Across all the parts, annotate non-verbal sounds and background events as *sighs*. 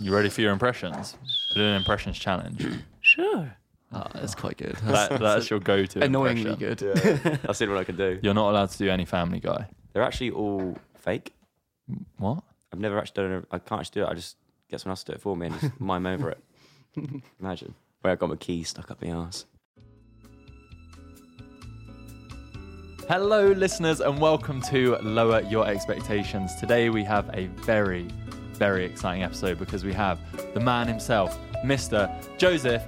You ready for your impressions? We did an impressions *coughs* challenge. Sure. Oh, that's quite good. That's That, that's your go-to. annoyingly impression. good. Yeah. I've seen what I can do. You're not allowed to do any Family Guy. They're actually all fake. What? I've never actually done it. I can't actually do it. I just get someone else to do it for me *laughs* and just mime over it. Imagine where I got my keys stuck up my ass. Hello, listeners, and welcome to Lower Your Expectations. Today we have a very, very exciting episode because we have the man himself, Mr. Joseph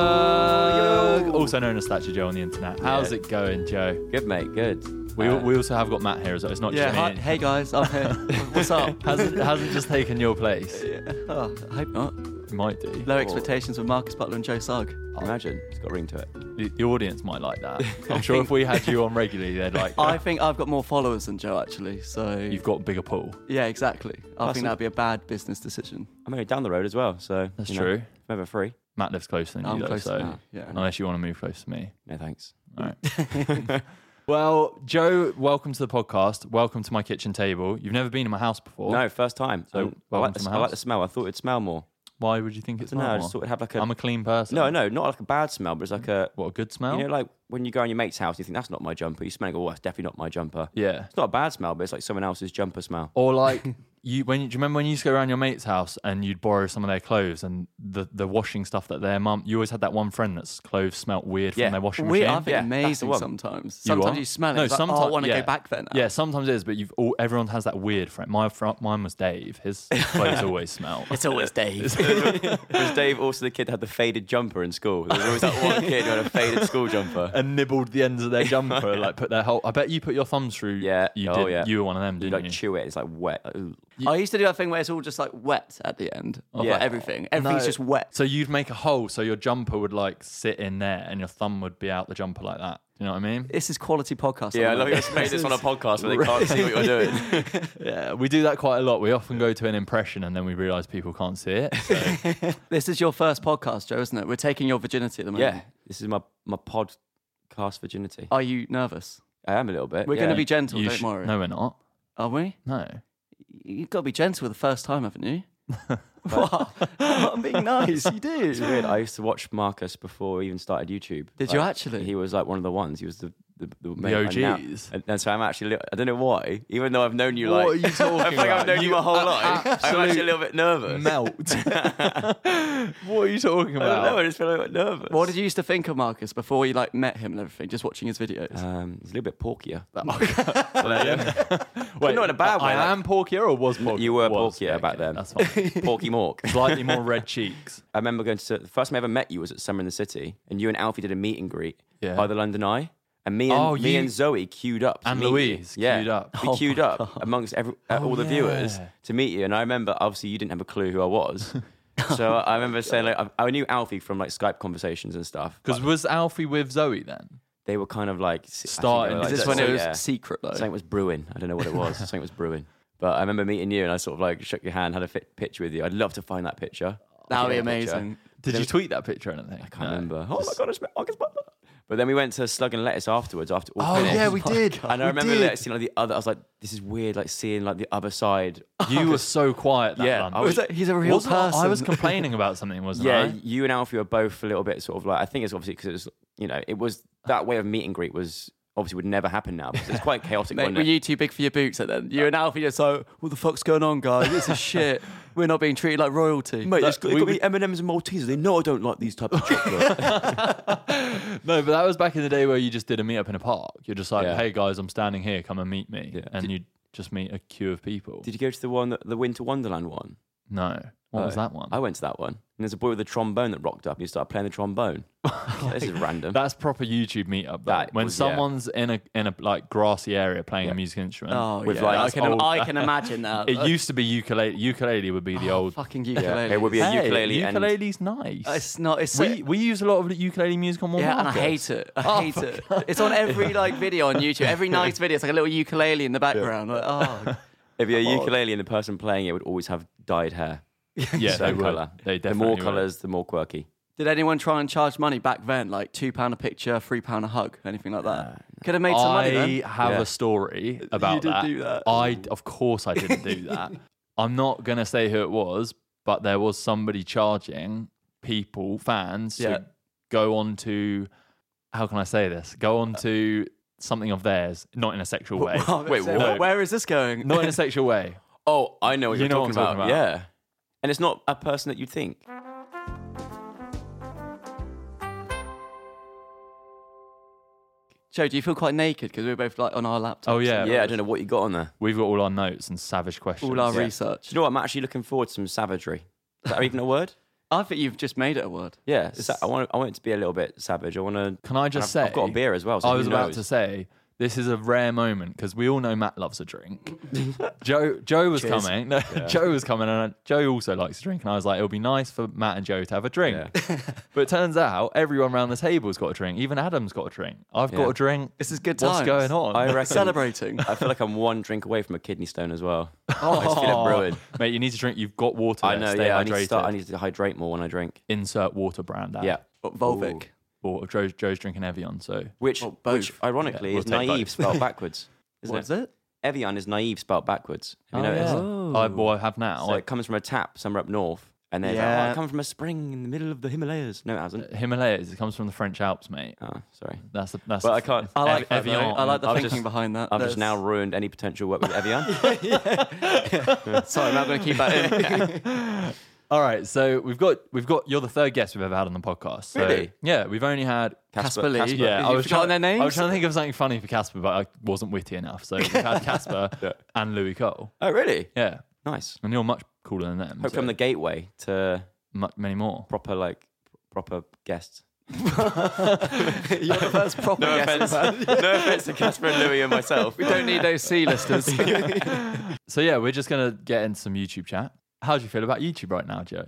Sugg, also known as Stature Joe on the internet. How's Yeah. it going, Joe? Good mate, good. We, Uh, we also have got Matt here as well. It's not Yeah. Hi, just me. hey guys, I'm *laughs* here. What's up? hasn't, hasn't just taken your *laughs* place. Oh, I hope not. It might do. Low expectations with Marcus Butler and Joe Sugg. imagine it's got a ring to it. The, the audience might like *laughs* that. I'm I sure think- if we had you on regularly, they'd like that. I think I've got more followers than Joe actually. So You've got a bigger pool. yeah, exactly. I That's think a- that'd be a bad business decision. I'm only down the road as well, so That's you know, true. I'm over free. Matt lives closer than you, I'm though, close so now. Yeah. unless you want to move close to me. No thanks. All right. *laughs* well, Joe, welcome to the podcast. Welcome to my kitchen table. You've never been in my house before. No, first time. So, Um, I, welcome like to my the, I like house. the smell. I thought it'd smell more. Why would you think it's No, I normal? just thought it'd have like a. I'm a clean person. no, no, not like a bad smell, but it's like a. What, a good smell? You know, like when you go in your mate's house, you think that's not my jumper. You smell it, and go, oh, that's definitely not my jumper. yeah. It's not a bad smell, but it's like someone else's jumper smell. Or *laughs* like, you when you, do you remember when you used to go around your mate's house and you'd borrow some of their clothes and the, the washing stuff that their mum, you always had that one friend that's clothes smelt weird Yeah. from their washing Weird. I machine. think Yeah, that's the amazing one. sometimes. You Sometimes are? you, smell it. No, it's like, oh, I sometimes- want to yeah. go back there now. Yeah, sometimes it is, but you've all, everyone has that weird friend. My fr- mine was Dave. *laughs* His clothes always smell. It's always Dave. Because Dave, also the kid, had the faded jumper in school. There was always that one kid who had a faded school jumper. and nibbled the ends of their *laughs* jumper, like put their whole. I bet you put your thumbs through. Yeah. you Oh, did. yeah. You were one of them, You didn't like you? chew it. It's like wet. Like, ooh. I used to do that thing where it's all just like wet at the end. Of Yeah. like everything. Everything's No. just wet. so you'd make a hole, so your jumper would like sit in there, and your thumb would be out the jumper like that. Do you know what I mean? This is quality podcast. Yeah, I I'm love you. like, Just made this is- on a podcast where they can't see what you're doing. *laughs* *laughs* Yeah, we do that quite a lot. We often go to an impression, and then we realise people can't see *laughs* it. So This is your first podcast, Joe, isn't it? We're taking your virginity at the moment. Yeah, this is my my podcast virginity. Are you nervous? I am a little bit. We're yeah. going to be gentle. you don't sh- worry. No, we're not. Are we? No. You've got to be gentle the first time, haven't *laughs* you? *laughs* what? I'm being nice. You do. *laughs* *laughs* It's weird. I used to watch Marcus before he even started YouTube. Did you actually? He was like one of the ones. He was the the, the, mate, and now- OGs. and, and so I'm actually. a little- I don't know why. Even though I've known you What like are *laughs* you talking I feel *laughs* like I've about? known you, You my whole are life. I'm absolute actually a little bit nervous. Melt. *laughs* what are you talking I don't know. I about? just feel a little bit nervous. What did you used to think of Marcus before you like met him and everything? Just watching his videos. Um, he's a little bit *laughs* porkier. *laughs* Wait, not in a bad way, I like- am porkier or was porkier? You were Was, porkier okay, back then. That's fine. *laughs* Porky Mork. Slightly more red cheeks. I remember going to the first time I ever met you was at Summer in the City, and you and Alfie did a meet and greet Yeah. by the London Eye. And me and Oh, me you- and Zoe queued up, to And meet you. Louise yeah. queued up. We Oh queued up amongst every, uh, all the viewers yeah. to meet you. And I remember, obviously, you didn't have a clue who I *laughs* was, so uh, I remember saying, like, I, I knew Alfie from like Skype conversations and stuff. Because was Alfie with Zoe then? They were kind of like I think they were, Starting. like, is this so- when it so, was yeah. secret though? Something was brewing. I don't know what *laughs* it was. Something was brewing. But I remember meeting you, and I sort of like shook your hand, had a fit picture with you. I'd love to find that picture. that would be Yeah, picture. *laughs* amazing. Did you tweet that picture or anything? I Can't remember. Oh my god, I smell August Butler. But then we went to Slug and Lettuce afterwards. After all Oh finished. yeah, we did. And I We remember did. like, seeing like the other. I was like, this is weird. Like seeing like the other side. Uh-huh. You were so quiet that Oh, Yeah, lunch. I was like, he's a real Wasn't I- I was person. complaining about something, wasn't yeah, I? you and Alfie were both a little bit sort of like. I think it's obviously because it was you know it was that way of meet and greet was obviously would never happen now because it's quite *laughs* *laughs* chaotic. Mate, wasn't were it? you too big for your boots at then? You and Alfie just like, what the fuck's going on, guys? This is *laughs* shit. We're not being treated like royalty. Mate, it's got- we- we- M and M's and Maltesers. They know I don't like these types *laughs* of chocolate. No, but that was back in the day where you just did a meetup in a park. You're just like, Yeah. hey guys, I'm standing here, come and meet me, and you just meet a queue of people. Did you go to the one that, the Winter Wonderland one? No. What was Oh. that one? I went to that one. And there's a boy with a trombone that rocked up and he started playing *laughs* the trombone. this is random. That's proper YouTube meetup. Though. That when was- yeah. someone's in a in a like grassy area playing a music instrument. Oh, With yeah. like- I, that's can, old. *laughs* I can imagine that. It used to be ukulele. Ukulele would be the old. fucking ukulele. it would be a Hey, ukulele and- ukulele's nice. It's not. It's we we use a lot of ukulele music on one. yeah, and I market. hate it. I hate it. It's on every like video on YouTube. Every nice video, it's like a little ukulele in the background. Like, oh, If you're a ukulele and the person playing it would always have dyed hair. Yeah, they Same would. colour. They the definitely more would. colours, the more quirky. Did anyone try and charge money back then, like two pound a picture, three pound a hug, anything like that? Could have made some money then. I have Yeah. a story about did that. do that. I of course I didn't do *laughs* that. I'm not gonna say who it was, but there was somebody charging people, fans, Yeah. to go on to how can I say this? Go on to something of theirs, not in a *laughs* sexual way. Wait, what? No. where is this going? *laughs* Not in a sexual way. Oh, I know what You you're know what talking, I'm talking about. Yeah. And it's not a person that you think. Joe, do you feel quite naked because we were both like on our laptops? Oh yeah. Yeah, I don't know what you got on there. We've got all our notes and savage questions. all our Yeah. research. Do you know what? I'm actually looking forward to some savagery. Is that even *laughs* a word? I think you've just made it a word. Yeah. it's sa- I, want, I want it to be a little bit savage. I want to. Can I just say I've got a beer as well. So I who was about knows? to say this is a rare moment because we all know Matt loves a drink. *laughs* Joe Joe was coming. No, *laughs* Joe was coming, and Joe also likes a drink. And I was like, it'll be nice for Matt and Joe to have a drink. *laughs* but it turns out everyone around the table's got a drink. Even Adam's got a drink. I've got Yeah. a drink. This is good What's times. going on? I *laughs* reckon. Celebrating. I feel like I'm one drink away from a kidney stone as *laughs* well. I just Oh. feel it brewing. Mate, you need to drink. You've got water. I there. know. Stay Yeah. I hydrated. need, to start, I need to hydrate more when I drink. Insert water brand. Ad. Yeah. Volvic. Or Joe, Joe's drinking Evian. So Which, Well, both. which ironically, Yeah, is we'll take naive both. *laughs* spelled backwards. Isn't What is it? it? Evian is naive spelled backwards. Have you Oh, noticed? yeah. I, well, I have now. So it comes from a tap somewhere up north, and they're like, oh, Yeah. it comes from a spring in the middle of the Himalayas. No, it hasn't. I, Himalayas. It comes from the French Alps, mate. Oh, sorry. uh, That's the, that's. Well, the- I can't- I like that. Ev- though. Evian. I like the I've thinking just- behind that. I've just *laughs* now That's- ruined any potential work *laughs* with Evian. Sorry, I'm not going to keep that *laughs* in. All right, so we've got we've got you're the third guest we've ever had on the podcast. So, Really? Yeah, we've only had Casper Lee. Casper. yeah. Have I you was forgotten trying their names? I was trying to think of something funny for Casper, but I wasn't witty enough. So we've *laughs* had Casper and Louis Cole. Oh, really? Yeah, Nice. and you're much cooler than them. Hope so I'm the gateway to mu- many more. proper like proper *laughs* guests. *laughs* You're the first proper guest. *laughs* no offense to Casper and Louis and *laughs* myself. We don't need those C-listers. *laughs* So yeah, we're just gonna get into some YouTube chat. How do you feel about YouTube right now, Joe?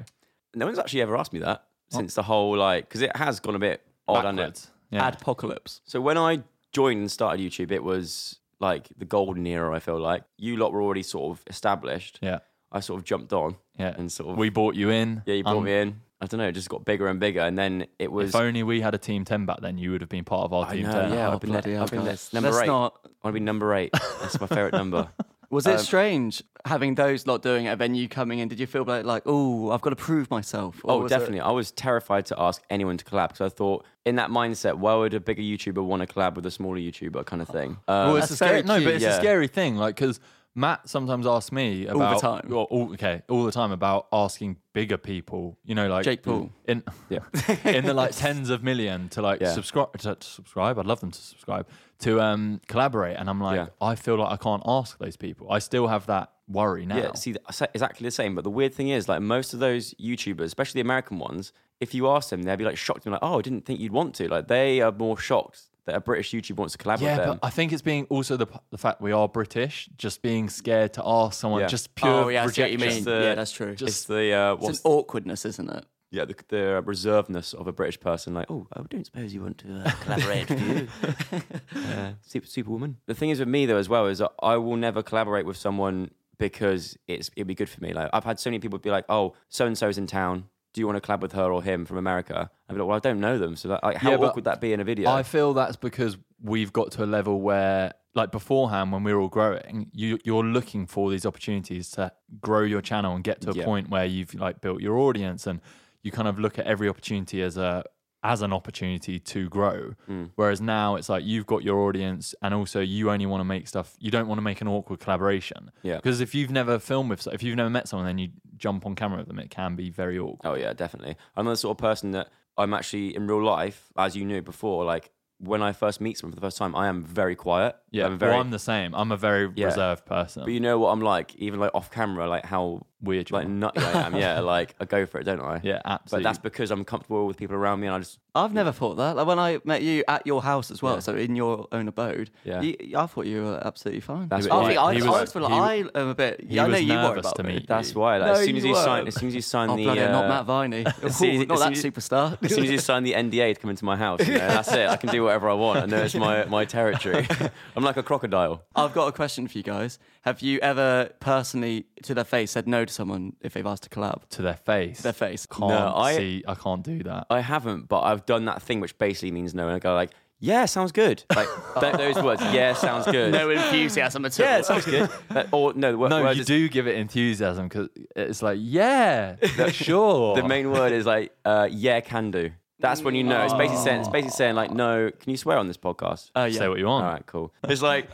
No one's actually ever asked me that since the whole like because it has gone a bit odd, hasn't Oh. it? Backwards. Yeah. Adpocalypse. So when I joined and started YouTube, it was like the golden era. I feel like you lot were already sort of established. yeah, I sort of jumped on. yeah. And sort of we bought you in. yeah, you brought Um, me in. I don't know, it just got bigger and bigger, and then it was. If only we had a team ten back then, you would have been part of our I team know, ten. yeah, Oh, I've been bloody there. hell, I've been there. guys. Number Let's eight. not- I want to be number eight. That's my favorite *laughs* number. Was Um, it strange having those lot doing it and then you coming in? Did you feel like, like oh, I've got to prove myself? Or Oh, was it- definitely. I was terrified to ask anyone to collab because I thought, in that mindset, why would a bigger YouTuber want to collab with a smaller YouTuber kind of thing? Um, Well, Oh, it's a That's scary. very No, but cute, it's a yeah. scary thing, like because Matt sometimes asks me about time. well, all, okay, all the time about asking bigger people. You know, like Jake Paul. in *laughs* in the like tens of million to like Yeah. subscribe to, to subscribe. I'd love them to subscribe to um collaborate, and I'm like, Yeah. I feel like I can't ask those people. I still have that worry now. yeah, see, that's exactly the same. But the weird thing is, like, most of those YouTubers, especially the American ones, if you ask them, they'd be like shocked and like, oh, I didn't think you'd want to. Like, they are more shocked that a British YouTuber wants to collab Yeah, with them. but I think it's being also the p- the fact we are British, just being scared to ask someone, Yeah. just pure Oh, yeah, I see what you rejection. mean. the- yeah, that's true. it's the uh, what's it's an awkwardness, isn't it? yeah, the, the reservedness of a British person, like, oh, I don't suppose you want to *laughs* uh, collaborate with you, uh, super, Superwoman. The thing is with me though, as well, is that I will never collaborate with someone because it's it'd be good for me. Like, I've had so many people be like, oh, so and so's in town. Do you want to collab with her or him from America? I'd be like, well, I don't know them, so like, how Yeah, but awkward would that be in a video? I feel that's because we've got to a level where, like beforehand, when we were all growing, you, you're looking for these opportunities to grow your channel and get to a Yeah. point where you've like built your audience, and you kind of look at every opportunity as a as an opportunity to grow. Mm. Whereas now it's like you've got your audience, and also you only want to make stuff. You don't want to make an awkward collaboration. Yeah. Because if you've never filmed with, if you've never met someone, then you jump on camera with them. It can be very awkward. Oh yeah, definitely. I'm the sort of person that I'm actually in real life, as you knew before, like when I first meet someone for the first time, I am very quiet. Yeah, I'm very well, I'm the same. I'm a very Yeah. reserved person. But you know what I'm like, even like off camera, like how weird. you like are. nutty I *laughs* am. Yeah, like I go for it, don't I? yeah, But absolutely. that's because I'm comfortable with people around me, and I just I've never thought that. Like when I met you at your house as well, so in your own abode, Yeah. you, I thought you were absolutely fine. That's I why- think I, he was- I was, feel like he- I am a bit. he Yeah, I know was you were nervous about to me. meet that's why. Like, No, as soon as you you sign, weren't. as soon as you sign Oh the, bloody hell, uh, not Matt *laughs* Viney. soon as- Ooh, not as that soon as- superstar. *laughs* as soon as you sign the NDA to come into my house, you know, that's it. I can do whatever I want. I know it's my my *laughs* territory. I'm like a crocodile. I've got a question for you guys. Have you ever personally, to their face, said no to someone if they've asked to collab? to their face. Their face. Can't No, I- see. I can't do that. I haven't, but I've done that thing which basically means no, and I go like, yeah, sounds good. *laughs* Like th- those words, yeah, sounds good. No enthusiasm at all. yeah, it sounds good. That- or no, the wor- no, word you is- do give it enthusiasm because it's like, *laughs* yeah, sure. The main word is like, uh, yeah, can do. That's when you know. It's basically saying, Oh. it's basically saying like, no, can you swear on this podcast? Uh, yeah. Say what you want. All right, cool. *laughs* It's like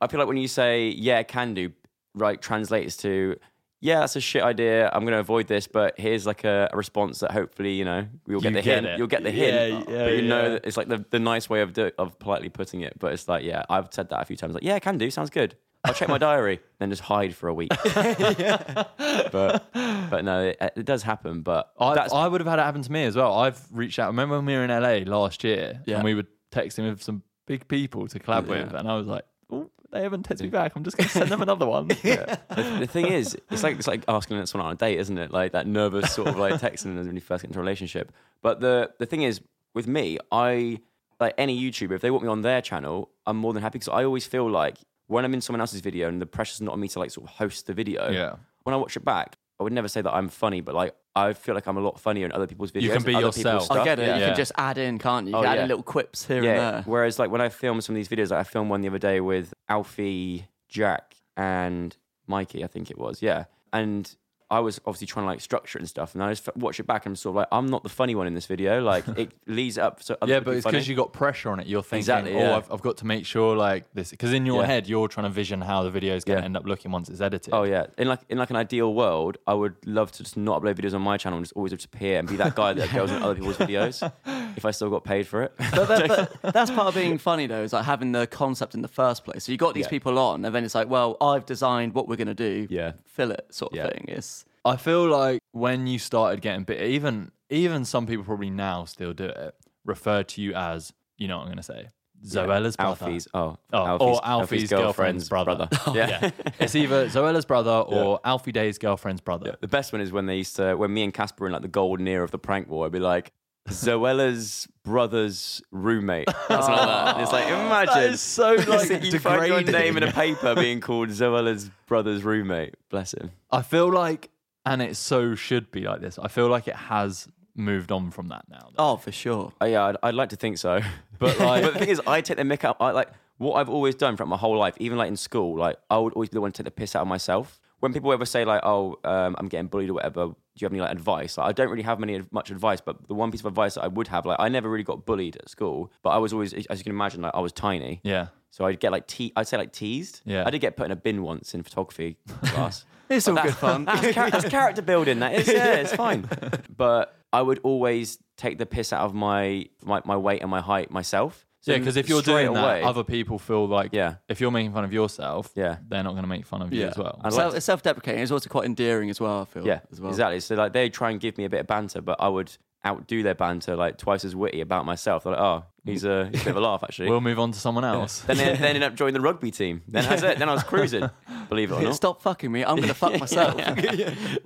I feel like when you say yeah, can do, right, translates to yeah, that's a shit idea. I'm going to avoid this, but here's like a, a response that hopefully you know you'll get You the get hint. it. You'll get the hint, Yeah, yeah, but you yeah. know that it's like the, the nice way of do, of politely putting it. But it's like yeah, I've said that a few times. Like yeah, can do, sounds good. I'll check my diary, *laughs* then just hide for *laughs* a week. *laughs* But but no, it, it does happen. But I, that's I would have had it happen to me as well. I've reached out. Remember when we were in LA last year Yeah. and we were texting with some big people to collab with, and I was like, oh, they haven't texted me back. I'm just going to send them another *laughs* one. the, the thing is, it's like it's like asking someone on a date, isn't it? Like that nervous sort of like texting them when you first get into a relationship. But the the thing is, with me, I like any YouTuber, if they want me on their channel, I'm more than happy because I always feel like when I'm in someone else's video and the pressure's not on me to like sort of host the video. Yeah. When I watch it back, I would never say that I'm funny, but like I feel like I'm a lot funnier in other people's videos. You can be and other people's yourself. stuff. I get it. You Yeah. can just add in, can't you? You Oh, can add yeah. in little quips here Yeah. and there. Whereas like when I film some of these videos, like I filmed one the other day with Alfie, Jack, and Mikey, I think it was. Yeah. And I was obviously trying to like structure it and stuff, and I just f- watch it back and I'm sort of like, I'm not the funny one in this video. *laughs* Like it leads up. So other yeah, people but it's funny. because you got pressure on it. You're thinking, Exactly, oh, yeah. I've, I've got to make sure like this. Because in your Yeah. head, you're trying to vision how the video is going to Yeah. end up looking once it's edited. Oh yeah, in like in like an ideal world, I would love to just not upload videos on my channel and just always disappear and be that guy that goes on other people's *laughs* videos if I still got paid for it. But, that- but that's part of being funny though, is like having the concept in the first place. So you got these Yeah. people on, and then it's like, well, I've designed what we're gonna do. Yeah. fill it sort of Yeah. thing. It's I feel like when you started getting bit, even even some people probably now still do it, refer to you as, you know what I'm going to say, Zoella's brother. Alfie's oh, Oh, or Alfie's, girlfriend's, brother. *laughs* Oh, yeah. yeah. it's either Zoella's brother *laughs* or Alfie Day's girlfriend's brother. The best one is when they used to, when me and Casper were in like the golden era of the prank war, I'd be like, Zoella's brother's roommate. That's like that. And it's like, imagine. *laughs* That is so *laughs* like you find your degrading. name in a paper being called Zoella's brother's roommate. Bless him. I feel like, and it so should be like this. I feel like it has moved on from that now. though. oh for sure. Oh, yeah, I'd, I'd like to think so. *laughs* But like, but the thing is, I take the mick out. I like what I've always done throughout my whole life, even like in school. Like I would always be the one to take the piss out of myself. When people ever say like, "Oh, um, I'm getting bullied" or whatever, do you have any like advice? Like, I don't really have many much advice, but the one piece of advice that I would have, like, I never really got bullied at school, but I was always, as you can imagine, like I was tiny, yeah, so I'd get like te- I'd say like teased. Yeah. I did get put in a bin once in photography *laughs* class. It's all good fun. *laughs* *laughs* That's, char- that's character building. That is, yeah, it's *laughs* fine. But I would always take the piss out of my my, my weight and my height myself. So yeah. Because if you're straight doing away, that, other people feel like, Yeah. if you're making fun of yourself, Yeah. they're not going to make fun of you as well. I'd like Self, it's self-deprecating. It's also quite endearing as well. I feel. yeah, as well. exactly. So like they try and give me a bit of banter, but I would outdo their banter like twice as witty about myself. They're like, oh, he's a, he's a bit of a laugh actually. we'll move on to someone *laughs* else. *laughs* then, they, then ended up joining the rugby team. Then that's it. Then I was cruising. Believe it *laughs* or not. Stop fucking me. I'm gonna fuck myself.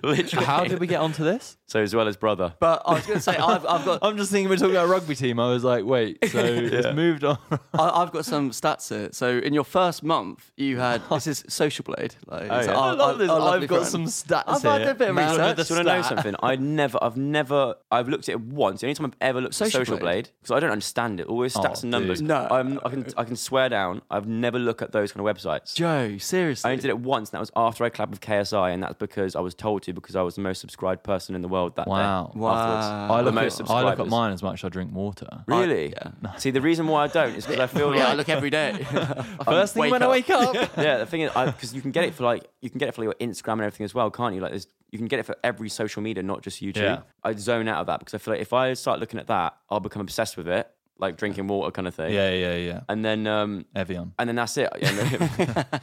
Literally. How did we get onto this? So as well as brother. But I was gonna say I've, I've got *laughs* I'm just thinking we're talking about rugby team. I was like, wait, *laughs* so it's moved on. I, I've got some stats here. So in your first month, you had this is Social Blade. Like, it's yeah. our- I love our- this. our I've lovely got friend. some stats. I've had here. a bit of Man research. the Do you want to know stat. something? I never, I've never, I've looked at it once. The only time I've ever looked Social at Social Blade? Blade, because I don't understand it. Always Oh, stats and numbers. dude. No. I'm, I can, I can swear down. I've never looked at those kind of websites. Joe, seriously. I only did it once, and that was after I collabed with KSI, and that's because I was told to because I was the most subscribed person in the world that Wow. day. Wow. afterwards. I I The look, most at, I look at subscribers. mine as much as I drink water. Really? See, the reason why I don't is because I *laughs* feel yeah, I like look every *laughs* day. First thing when I wake *laughs* up. yeah, the thing is, because you can get it for like you can get it for your Instagram and everything as well, can't you? Like, there's, you can get it for every social media, not just YouTube. Yeah. I'd zone out of that because I feel like if I start looking at that, I'll become obsessed with it. like drinking water kind of thing. Yeah, yeah, yeah. And then um, Evian. and then that's it. Yeah,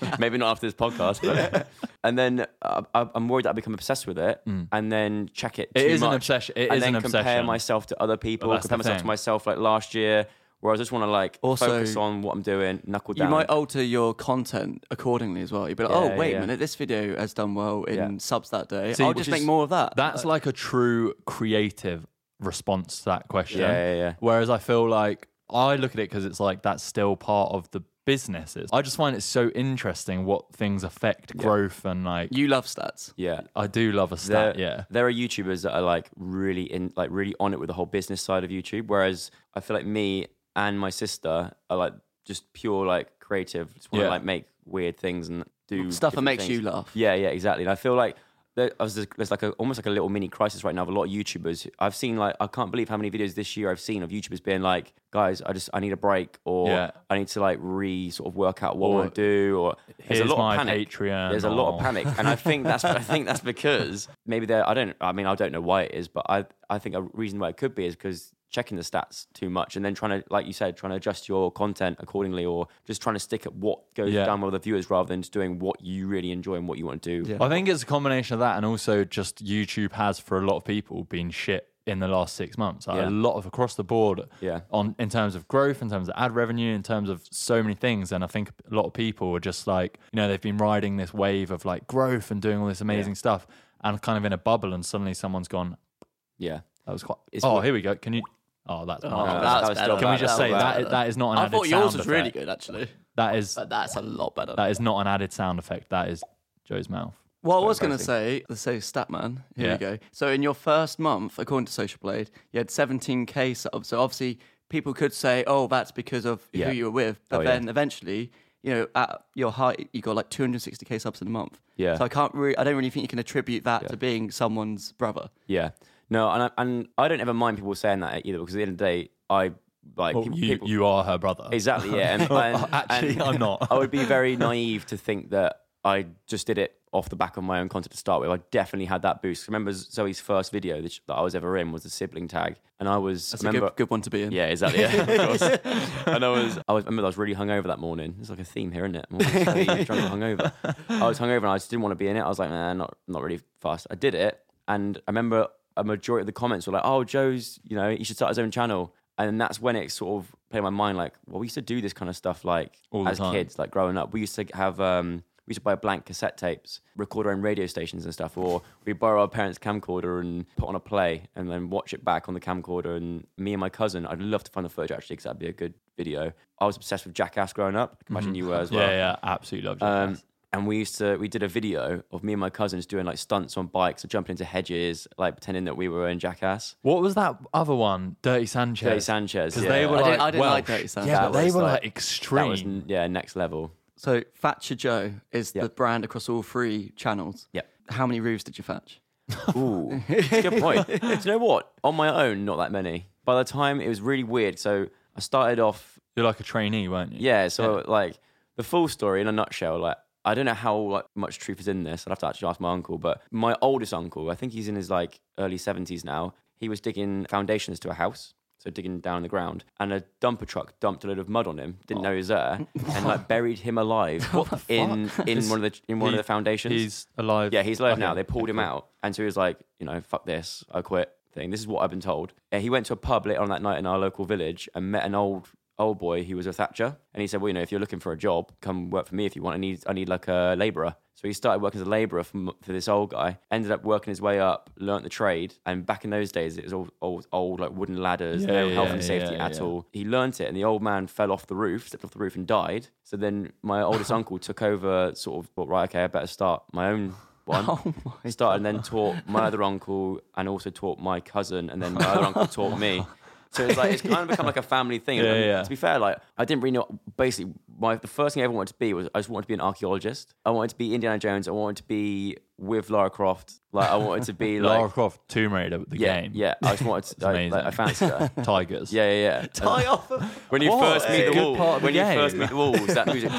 no, *laughs* maybe not after this podcast. But, *laughs* and then uh, I, I'm worried that I become obsessed with it, and then check it. Too Mm. It is an much, obsession. It and is then an compare obsession. myself to other people. Well, that's compare the myself to thing. myself like last year, where I just want to like Also- focus on what I'm doing, knuckle You down. might alter your content accordingly as well. You'd be like, Yeah, oh, wait yeah. a minute, this video has done well in Yeah. subs that day. See, I'll which just make is- more of that. That's like a true creative response to that question. Yeah, yeah, yeah. Whereas I feel like I look at it because it's like that's still part of the businesses. I just find it so interesting what things affect growth and like you love stats. yeah. I do love a There, stat. yeah. there are YouTubers that are like really in, like really on it with the whole business side of YouTube. Whereas I feel like me and my sister are like just pure like creative. Just want to Yeah. like make weird things and do Stuff that different makes things. you laugh. Yeah, yeah, exactly. And I feel like there, I was just, there's like a, almost like a little mini crisis right now of a lot of YouTubers. I've seen like I can't believe how many videos this year I've seen of YouTubers being like, guys, I just I need a break or Yeah. I need to like re sort of work out what Or I want to do or there's a here's lot my of panic. Patreon There's a lot or- of panic, and I think that's I think *laughs* that's because maybe there. I don't. I mean, I don't know why it is, but I I think a reason why it could be is because checking the stats too much and then trying to like you said trying to adjust your content accordingly or just trying to stick at what goes Yeah. down with the viewers rather than just doing what you really enjoy and what you want to do I think it's a combination of that and also just YouTube has for a lot of people been shit in the last six months. Like, A Yeah. lot of across the board Yeah. on in terms of growth, in terms of ad revenue, in terms of so many things. And I think a lot of people are just like, you know, they've been riding this wave of like growth and doing all this amazing stuff and kind of in a bubble and suddenly someone's gone, Yeah. That was quite It's Oh, what- here we go. Can you Oh, that's Oh, Mark. that that's was better. still Can we bad. just That say was that better. that is not an I added thought yours sound was really effect. good, actually. That is But that's a lot better. that is not an added sound effect. That is Joe's mouth. Well, I was going to say, let's say Statman. Here Yeah. we go. So, in your first month, according to Social Blade, you had 17k subs. So, obviously, people could say, oh, that's because of Yeah. who you were with. But Oh, yeah. then eventually, you know, at your height, you got like 260k subs in a month. Yeah. So, I can't really, I don't really think you can attribute that to being someone's brother. Yeah. No, and I, and I don't ever mind people saying that either because at the end of the day, I like people, you, people- you are her brother. *laughs* exactly yeah. *laughs* And, and- Actually, and I'm not. I would be *laughs* very naive to think that I just did it off the back of my own content to start with. I definitely had that boost. Remember Zoe's first video that, sh that I was ever in was the sibling tag, and I was That's remember a good, good one to be in. yeah exactly yeah. of course. *laughs* and I was I was remember I was really hungover that morning. There's like a theme here, isn't it? I'm always really drunk and hungover. I was hungover and I just didn't want to be in it. I was like, man, not not really fast. I did it, and I remember a majority of the comments were like, "Oh, Joe's, you know, he should start his own channel." And that's when it sort of played in my mind, like, well, we used to do this kind of stuff, like All the as time. kids, like growing up. We used to have, um, we used to buy blank cassette tapes, record our own radio stations and stuff, or we borrow our parents' camcorder and put on a play and then watch it back on the camcorder. And me and my cousin, I'd love to find the footage actually because that'd be a good video. I was obsessed with Jackass growing up. I can Imagine you were as well. Mm-hmm. Yeah, yeah, absolutely love Jackass. Um, and we used to we did a video of me and my cousins doing like stunts on bikes or jumping into hedges, like pretending that we were in Jackass. What was that other one? Dirty Sanchez. Dirty Sanchez, Because yeah. they were I like, didn't- I didn't like Welsh. Dirty Sanchez. Yeah, That but they was were like, like- That extreme. was n- yeah, next level. So, Thatcher Joe is Yeah. the brand across all three channels. Yeah. How many roofs did you fatch? Ooh, that's a good point. Do you know what? On my own, not that many. By the time it was really weird. So I started off, You're like a trainee, weren't you? yeah. So like the full story in a nutshell, like I don't know how like much truth is in this. I'd have to actually ask my uncle. But my oldest uncle, I think he's in his like early seventies now. He was digging foundations to a house. So digging down in the ground, and a dumper truck dumped a load of mud on him. Didn't know he was there, and like buried him alive in in one of the in one He- of the foundations. He's alive. Yeah, he's alive now. Okay. They pulled him out. And so he was like, you know, fuck this. I quit thing. This is what I've been told. And he went to a pub later on that night in our local village and met an old old boy who was a thatcher. And he said, Well, you know, if you're looking for a job, come work for me if you want. I need I need like a labourer. So he started working as a labourer for, for this old guy, ended up working his way up, learnt the trade. And back in those days, it was all old, old like wooden ladders, Yeah, no health yeah, and safety yeah, at yeah. all all. He learnt it, and the old man fell off the roof, stepped off the roof, and died. So then *laughs* my oldest uncle took over, sort of thought, right, okay, I better start *laughs* my own one. Oh He started and then taught my other uncle, and also taught my cousin, and then my other *laughs* uncle taught me. So it's like it's kind of become like a family thing. Yeah, And yeah. To be fair, like I didn't really know basically my the first thing I ever wanted to be was I just wanted to be an archaeologist. I wanted to be Indiana Jones. I wanted to be with Lara Croft. Like I wanted *laughs* to be like Lara Croft, Tomb Raider, the yeah, game. yeah. I just wanted to. I, amazing. like, I fancied her. *laughs* Tigers. Yeah, yeah, yeah. Tie off. of- When you What? first meet It's a the good wall, part of the when you game. first meet the walls, *laughs* that *laughs* music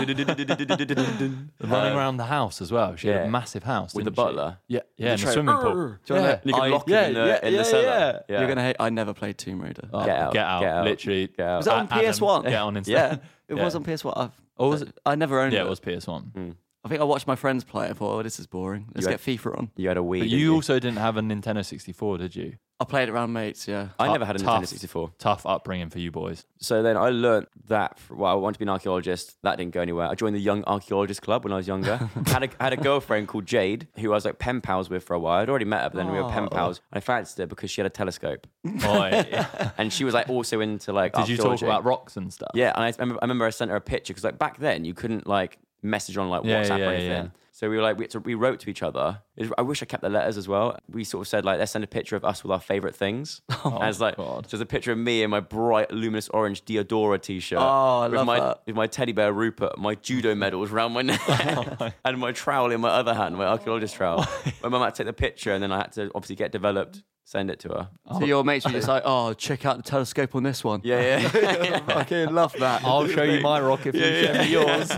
with Running around the house as well. She had yeah. a massive house the didn't she? butler. Yeah, yeah, and a tray- swimming pool. Do you wanna- Yeah. You can I- lock yeah, it in the, yeah, in the yeah, cellar. yeah. Yeah. You're gonna hate. I never played Tomb Raider. Oh, Get out, Get out. get out. Literally. Get out. Was it on PS1? Get on Insta. yeah, it Yeah. was on PS1. I've, Or was it? I never owned Yeah, it. it was Mm, PS1. I think I watched my friends play. it. I thought, oh, this is boring. Let's You get FIFA on. you had a weed. But didn't you also didn't have a Nintendo 64, did you? I played it around mates. Yeah. I never had a Tough. Nintendo 64. Tough upbringing for you *laughs* boys. So then I learnt that. fr- Well, I wanted to be an archaeologist. That didn't go anywhere. I joined the Young Archaeologist Club when I was younger. *laughs* had a had a girlfriend called Jade who I was like pen pals with for a while. I'd already met her, but then we were Oh. pen pals. I fancied her because she had a telescope, Oi. and she was like also into like. Did you talk archaeology. about rocks and stuff? Yeah, and I remember, I remember I sent her a picture because like back then you couldn't like message on like Yeah, WhatsApp yeah, or anything. yeah. So we were like we, had to, we wrote to each other. It was- I wish I kept the letters as well. We sort of said like let's send a picture of us with our favorite things. *laughs* Oh, and it's like God. so there's a picture of me in my bright luminous orange Diodora t-shirt. Oh, I with love my that. with my teddy bear Rupert, my judo medals round my neck, *laughs* and my trowel in my other hand, my archaeologist trowel. *laughs* my mum had to take the picture, and then I had to obviously get developed, send it to her. So your mates were just like, oh, check out the telescope on this one. Yeah, yeah. *laughs* *laughs* fucking love that. I'll show *laughs* you my rock if you show me yours.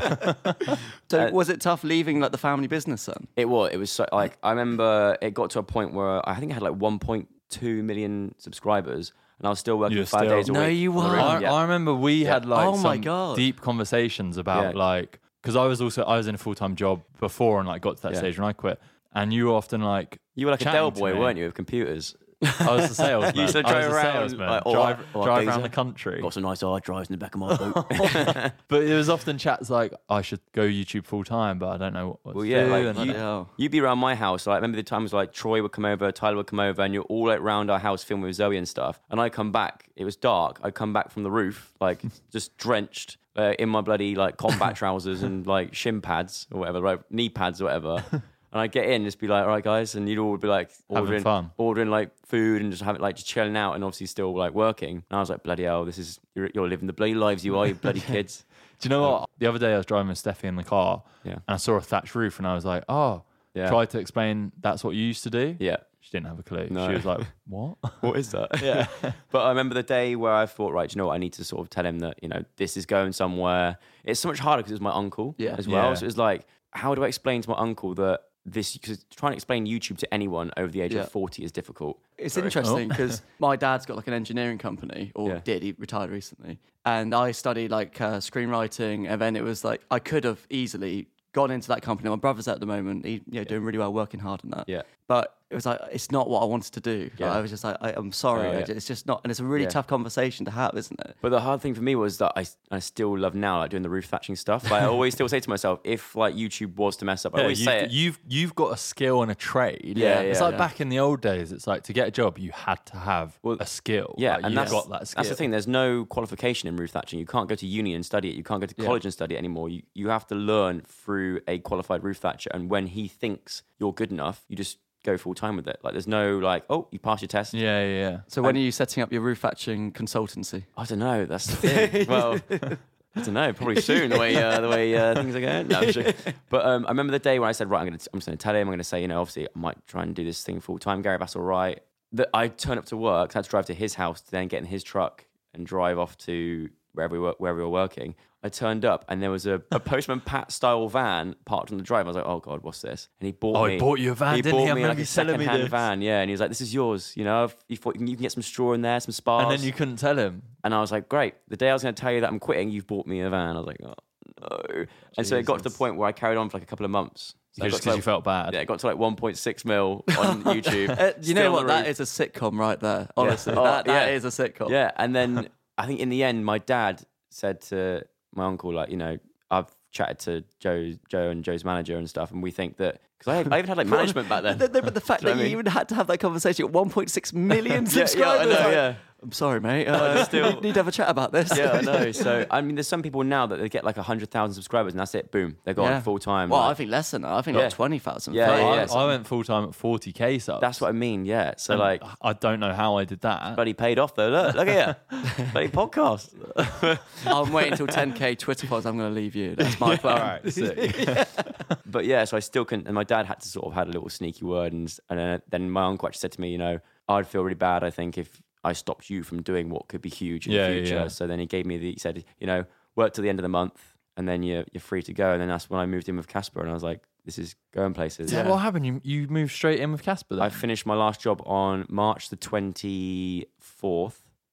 So Uh, was it tough leaving like the family business then? It was. It was so like I remember it got to a point where I think I had like 1.2 million subscribers, and I was still working You were five still- days a No, week. you on the road. I, weren't. Yeah. I remember we had like Oh my some God. deep conversations about Yeah. like because I was also I was in a full time job before and like got to that Yeah. stage when I quit. And you were often like You were like a chatting Dell to boy, me. weren't you, with computers? I *laughs* was a salesman. You used to I was drive a around, salesman. like, oh, drive oh, drive these around are- the country. Got some nice hard drives in the back of *laughs* my boat. But it was often chats like I should go YouTube full time, but I don't know what. what well, to yeah, do. like and- Bloody you, hell. you'd be around my house. Like, I remember the times like Troy would come over, Tyler would come over, and you're all like round our house filming with Zoe and stuff. And I come back, it was dark. I come back from the roof, *laughs* like just drenched uh, in my bloody like combat trousers and like shin pads or whatever, like knee pads *laughs* or whatever. And I would get in, and just be like, all right, guys, and you'd all be like Having ordering, fun. ordering like food and just having like just chilling out, and obviously still like working. And I was like, bloody hell, this is you're, you're living the bloody lives you are, *laughs* you bloody kids. Do you know what? The other day I was driving with Steffi in the car, Yeah. and I saw a thatched roof, and I was like, oh. Yeah. Tried to explain that's what you used to do. Yeah. She didn't have a clue. No. She was *laughs* like, "What? what is that? Yeah. but I remember the day where I thought, right, do you know what? I need to sort of tell him that, you know, this is going somewhere. It's so much harder because it was my uncle Yeah. as well. Yeah. So it was like, how do I explain to my uncle that this, because trying to explain YouTube to anyone over the age Yeah. of 40 is difficult. It's interesting *laughs* because my dad's got like an engineering company, or Oh. Yeah. did he retired recently? And I studied like uh, screenwriting, and then it was like I could have easily gone into that company. My brother's at the moment; he, you know, doing really well, working hard on that. Yeah. But it was like it's not what I wanted to do. Like, Yeah. I was just like, I, I'm sorry, Oh, I yeah. ju- it's just not. And it's a really Yeah. tough conversation to have, isn't it? But the hard thing for me was that I, I still love now, like doing the roof thatching stuff. Like, I always still say to myself, if like YouTube was to mess up, I Yeah, always you've, say it. you've you've got a skill and a trade. Yeah, it's yeah, like yeah. back in the old days. It's like to get a job, you had to have a skill. Yeah, Like, and you've that's, got that skill. that's the thing. There's no qualification in roof thatching. You can't go to uni and study it. You can't go to college and study it anymore. You, you have to learn through a qualified roof thatcher. And when he thinks you're good enough, you just go full time with it. Like there's no like, oh, you passed your test. Yeah, yeah, yeah. So when are you setting up your roof thatching consultancy? I don't know. That's the thing. *laughs* well, I don't know. Probably soon. The way uh, the way uh, things are going. No, I'm joking. But um, I remember the day when I said, right, I'm gonna I'm just gonna tell him. I'm gonna say, you know, obviously I might try and do this thing full time. Gary, that's all right. That I turn up to work. I had to drive to his house to then get in his truck and drive off to wherever we were, wherever we were working. I turned up and there was a, a postman Pat style van parked on the drive. I was like, oh god, what's this? And he bought Oh, me. he bought you a van, He didn't bought he? I me remember like you a telling me second-hand this. van, yeah. And he was like, this is yours. You know, if you thought you can, you can get some straw in there, some spars. And then you couldn't tell him. And I was like, great. The day I was going to tell you that I'm quitting, you've bought me a van. I was like, oh, no. And so it got to the point where I carried on for like a couple of months. So I Just got because you to like- felt bad. Yeah, it got to like 1.6 mil *laughs* on YouTube. Uh, you know what? That is. is a sitcom right there. Honestly, Oh, that, that yeah. is a sitcom. Yeah, and *laughs* then I think in the end, my dad said to my uncle, like, you know, I've chatted to Joe, Joe and Joe's manager and stuff, and we think that because I, I even had like *laughs* management back then. But the, but the fact Do you that know what I you mean? even had to have that conversation at 1.6 million *laughs* Yeah, yeah, I subscribers. know, like, yeah. I'm sorry, mate. Uh, *laughs* still- need to have a chat about this. yeah, *laughs* I know. So I mean, there's some people now that they get like hundred thousand subscribers, and that's it. Boom, they're gone Yeah. full time. Well, like- I think less than that. I think Yeah. like 20,000. Yeah, I, 30,000. yeah. I went full time at 40k subs. that's what I mean. Yeah. So And *laughs* like, I don't know how I did that. bloody paid off though. Look, look at *laughs* you, bloody podcast. I'm waiting until 10K Twitter pods. I'm going to leave you. That's *laughs* my um, plan. all right, sick. But yeah, so I still couldn't. And my dad had to sort of had a little sneaky word, and s- and then, then my uncle actually said to me, you know, I'd feel really bad. I think if I stopped you from doing what could be huge in Yeah, the yeah, future. yeah. So then he gave me the he said, you know, work till the end of the month, and then you're you're free to go. And then that's when I moved in with Casper, and I was like, this is going places. So What happened? You you moved straight in with Casper. Then? I finished my last job on March the 24th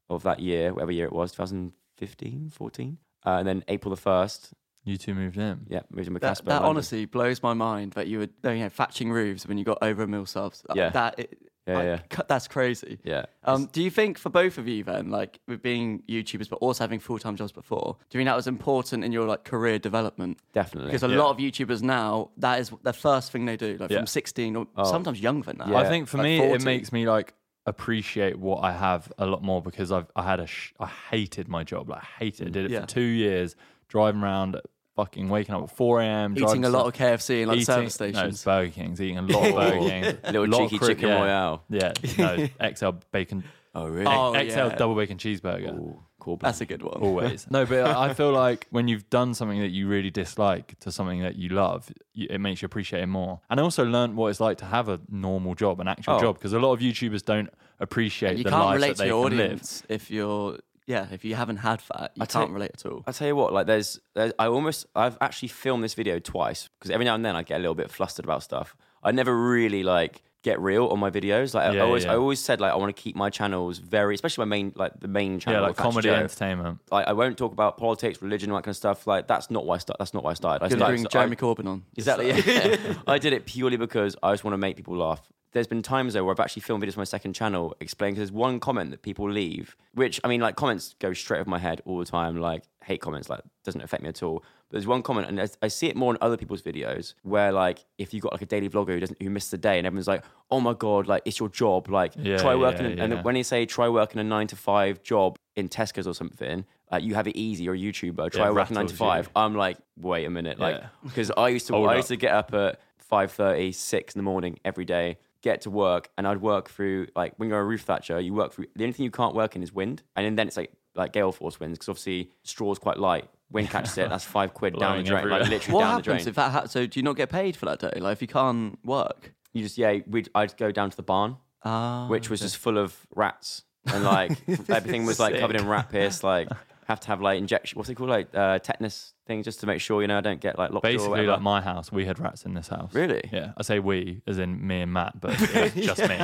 of that year, whatever year it was, 2015, 14. Uh, and then April the 1st, you two moved in. yeah, moved in with That, Casper. that London. honestly blows my mind that you were you know, thatching roofs when you got over a mil subs. Uh, Yeah. That, it, Yeah, I- yeah. cu- that's crazy. Yeah. Um, do you think for both of you then, like with being YouTubers but also having full time jobs before, do you think that was important in your like career development? Definitely. Because a lot of YouTubers now, that is the first thing they do, like Yeah. from 16 or sometimes younger than that. Oh. Yeah. I think for Like me, it 40. makes me like appreciate what I have a lot more because I've I had a sh- I hated my job. Like, I hated it. I did it Mm, Yeah. for two years, driving around, fucking waking up at four a.m. driving Eating a lot some- of KFC and like service No, it's stations. Oh, Burger King's *laughs* eating a lot of Burger King's, Little lot of cheeky cri- chicken yeah. royale. Yeah, *laughs* no, XL bacon, Oh, really? Oh, XL yeah. double bacon cheeseburger. Ooh, cool. That's a good one. Always. no, but I I feel like when you've done something that you really dislike to something that you love, you, it makes you appreciate it more. And I also learned what it's like to have a normal job, an actual Oh. job, because a lot of YouTubers don't appreciate You the can't life relate that to they your can live. audience if you're, yeah, if you haven't had that, you tell- can't relate at all. I tell you what, like there's, there's I almost I've actually filmed this video twice because every now and then I get a little bit flustered about stuff. I never really like get real on my videos. Like I Yeah, always yeah. I always said like I want to keep my channels very especially my main like the main channel. Yeah, like Fat Joe. comedy entertainment. Like I won't talk about politics, religion, all that kind of stuff. Like that's not why I start. That's not why I started. I You're started bring so I- Jeremy Corbyn on. Exactly. *laughs* yeah. I did it purely because I just want to make people laugh. There's been times though where I've actually filmed videos for my second channel explaining because there's one comment that people leave, which I mean, like comments go straight over my head all the time. Like hate comments, like doesn't affect me at all. But there's one comment, and I- I see it more in other people's videos where like if you got like a daily vlogger who doesn't who missed the day, and everyone's like, oh my god, like it's your job, like Yeah, try working. yeah, and- yeah. And when they say try working a nine to five job in Tesco's or something. Like you have it easy, you're a YouTuber. Try it working nine rattles to you. five. I'm like, wait a minute, like Yeah. because I used to Hold I up. used to get up at 5:30, 6 in the morning every day, get to work, and I'd work through like when you're a roof thatcher, you work through the only thing you can't work in is wind, and then, then it's like like gale force winds because obviously straw's quite light. Wind catches it, that's *laughs* five quid down the Blowing drain, like everywhere. literally What down the happens drain. if that happens? So do you not get paid for that day? Like if you can't work? you just yeah, we'd I'd go down to the barn, Oh, Ah. which was just full of rats, *laughs* and like everything was like covered in rat piss, like. Have to have like injection. What's it called? Like uh, tetanus thing, just to make sure you know I don't get like locked Basically, like my house, we had rats in this house. Really? Yeah. I say we, as in me and Matt, *laughs* but it was just me.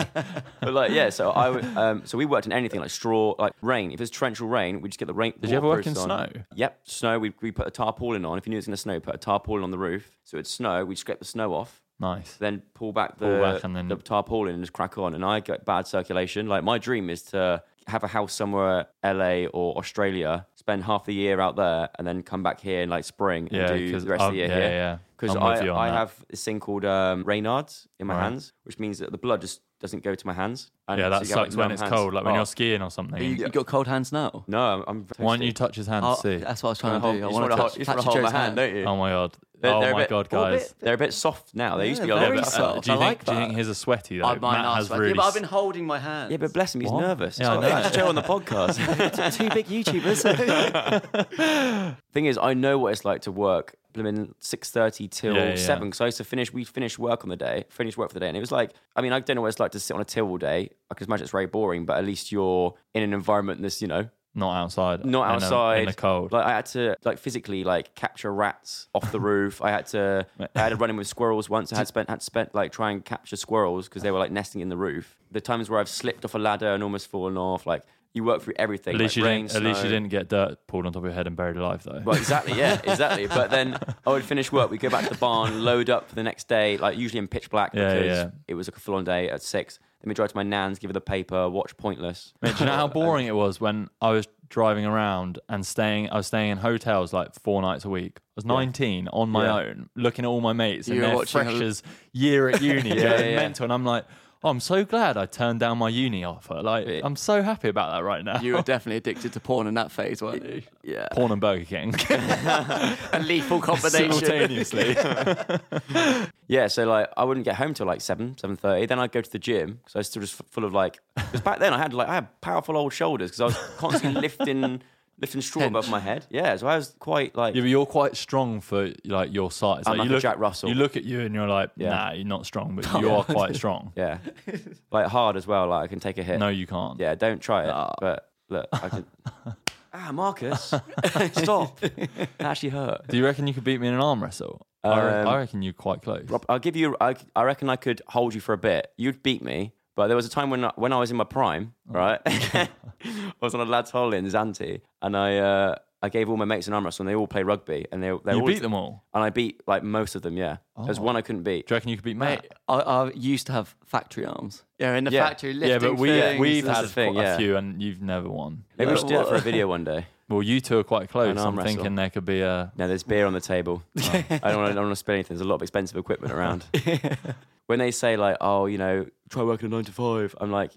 But like, yeah, so I would- um, so we worked in anything like straw, like rain. If it's torrential rain, we just get the rain. Did you ever work in waterproofs on. snow? Yep, snow. We we put a tarpaulin on. If you knew it was going to snow, put a tarpaulin on the roof. So it'd snow. We'd scrape the snow off, Nice. then pull back the Pull back and then- the tarpaulin and just crack on. And I get bad circulation. Like my dream is to have a house somewhere, LA or Australia, spend half the year out there, and then come back here in like spring and Yeah, do 'cause the rest of I'm- the year yeah, here. yeah. Because I'm with I, you on I that. have this thing called um, Raynaud's in my Right. hands, which means that the blood just doesn't go to my hands. And Yeah, so that you get, like, sucks when numb it's hands. cold, like when Oh, you're skiing or something. You, you got cold hands now? No, I'm. I'm Why don't you toasty. touch his hand Oh, to see? that's what I was You trying to do. I Mm, just wanna want to hold- touch, you just touch wanna hold Joe's my hand. hand, don't you? Oh my god. They're- oh they're a my bit- god, all a guys. bit- They're a bit soft now. They used to be Yeah, a they're very little bit. soft. Do you I think? like do you think that. his are sweaty though? I might Matt not has sweat. really. Yeah, but I've been holding my hand. Yeah, but bless him, he's nervous. Yeah, I It's like, know. Joe on the *laughs* podcast. two big YouTubers. Thing is, I know what it's like to work. I mean, six thirty till Yeah, yeah, yeah. seven. Because I used to finish. We finished work on the day. Finished work for the day, and it was like, I mean, I don't know what it's like to sit on a till all day. I can imagine it's very boring, but at least you're in an environment that's you know not outside. not in a- outside in the cold. Like I had to like physically like capture rats *laughs* off the roof. I had to I had to run in with squirrels once. I had spent had spent like try and capture squirrels because they were like nesting in the roof. The times where I've slipped off a ladder and almost fallen off. Like you work through everything. at least like, you rain, didn't. At least you snow. didn't get dirt pulled on top of your head and buried alive though. *laughs* Well, exactly, yeah, exactly. But then I would finish work, we'd go back to the barn, load up for the next day, like usually in pitch black Yeah, because yeah. it was like a full on day at six. Then we drive to my nan's, give her the paper, watch Pointless. Mate, do you know *laughs* how boring it was when I was driving around and staying? I was staying in hotels like four nights a week. I was 19 on my Yeah. own, looking at all my mates You and were their watching a- *laughs* freshers year at uni. yeah, yeah, yeah. mental. And I'm like, "Oh, I'm so glad I turned down my uni offer. Like, I'm so happy about that right now. You were definitely addicted to porn in that phase, *laughs* weren't you? Yeah. Porn and Burger *laughs* King *laughs* A lethal combination. simultaneously. Yeah, so like I wouldn't get home till like seven, seven thirty. Then I'd go to the gym because I was still just f- full of like. Because back then I had like I had powerful old shoulders because I was constantly lifting lifting straw above my head. Yeah, so I was quite like. Yeah, but you're quite strong for like your size. I'm like you a look, Jack Russell. You look at you and you're like, nah, you're not strong, but *laughs* you are quite strong. Yeah, like hard as well. Like I can take a hit. No, you can't. Yeah, don't try it. But look, I can. ah, Marcus, stop. That actually hurt. Do you reckon you could beat me in an arm wrestle? I, re- Um, I reckon you're quite close. I'll give you. I, I reckon I could hold you for a bit. You'd beat me, but there was a time when I, when I was in my prime, Oh. *laughs* right? *laughs* I was on a lads' holiday in Zante, and I uh, I gave all my mates an arm wrestle, and they all play rugby, and they they you all beat them Oh. all. and I beat like most of them. Yeah, there's one I couldn't beat. Do you reckon you could beat me? *laughs* Uh, Mate, I, I used to have factory arms. Yeah, in the Yeah. factory lifting Yeah, but we things. we've that's had the thing, quite a yeah. few, and you've never won. Maybe we should do that for a video one day. Well, you two are quite close. An I'm arm wrestle. thinking there could be a. No, there's beer on *laughs* the table. Oh, I don't want to spill anything. There's a lot of expensive equipment around. when they say like, oh, you know, try working a nine to five, I'm like,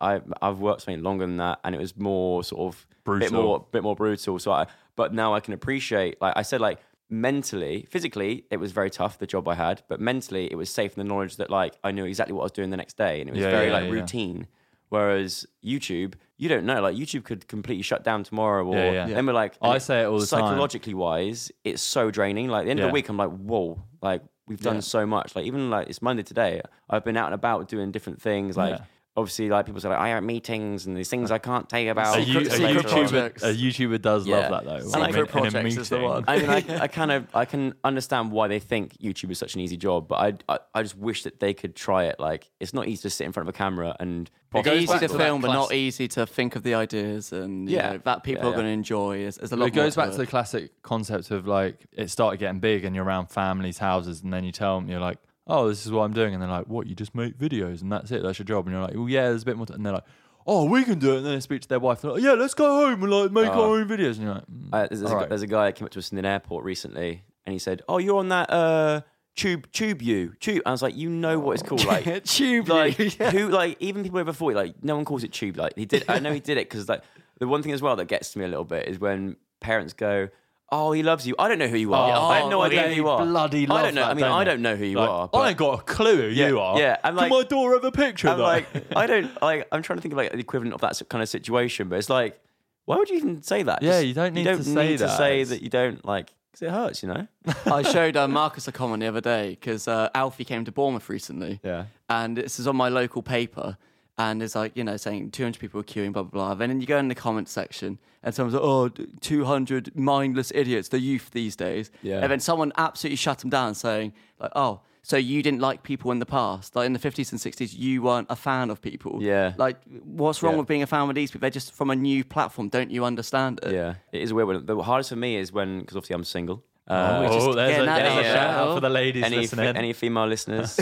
I I've worked something longer than that, and it was more sort of bit Brutal. more bit more brutal. So I, but now I can appreciate. Like I said, like mentally, physically, it was very tough the job I had, but mentally, it was safe in the knowledge that like I knew exactly what I was doing the next day, and it was Yeah, very yeah, like yeah. routine. Whereas YouTube, you don't know. Like YouTube could completely shut down tomorrow, or Yeah, yeah. then we're like, I say it all the time. psychologically psychologically wise, it's so draining. Like the end of Yeah. the week, I'm like, whoa, like we've done so much. Like even like it's Monday today, I've been out and about doing different things. Like Yeah. obviously, like people say, like I have meetings and these things I can't tell you about. A, you, a, Secret YouTuber, projects. a YouTuber does Yeah. love that though. Secret I mean, in a projects is the meeting. one. I mean, I, *laughs* I kind of I can understand why they think YouTube is such an easy job, but I, I I just wish that they could try it. Like it's not easy to sit in front of a camera and goes easy back to to that film, but not classic- easy to think of the ideas and Yeah. yeah, that people Yeah, are yeah. going to enjoy. There's, there's a lot. It goes more back to the classic concept of like it started getting big and you're around families' houses and then you tell them you're like, oh, this is what I'm doing, and they're like, what? You just make videos and that's it. That's your job. And you're like, well, yeah, there's a bit more. T-. And they're like, oh, we can do it. And then they speak to their wife. They're like, yeah, let's go home and like make Oh. our own videos. And you're like, mm, Uh, there's, there's a, alright. there's a guy that came up to us in an airport recently, and he said, "Oh, you're on that uh, tube, tube you, tube." I was like, "You know what it's called, *laughs* like tube. like who, like even people over forty, like no one calls it tube. Like he did, I know he did it because like the one thing as well that gets to me a little bit is when parents go, "Oh, he loves you." I don't know who you are. Oh, I have no well, idea yeah, who you you are. bloody I love don't know. that, I mean, don't I you? don't know who you Like, are. I But ain't got a clue who you Yeah, are. yeah, Can I'm like- my door have a picture? I'm though? like, I don't like. I'm trying to think of like the equivalent of that kind of situation, but it's like, why would you even say that? Yeah, you don't need to say need that. say It's- that you don't like because it *laughs* hurts, you know. I showed uh, Marcus a comment the other day because uh, Alfie came to Bournemouth recently. Yeah. And this is on my local paper. And it's like, you know, saying 200 people are queuing, blah, blah, blah. And then you go in the comment section and someone's like, oh, 200 mindless idiots, the youth these days. Yeah. And then someone absolutely shut them down saying, like, oh, so you didn't like people in the past. Like in the 50s and 60s, you weren't a fan of people. Yeah. Like, what's wrong Yeah. with being a fan with these people? They're just from a new platform. Don't you understand it? Yeah, it is a weird one. The hardest for me is when, because obviously I'm single. Uh, *laughs* oh, there's yeah, a, no, there's a yeah. shout out for the ladies any fe- listening. any *laughs* female listeners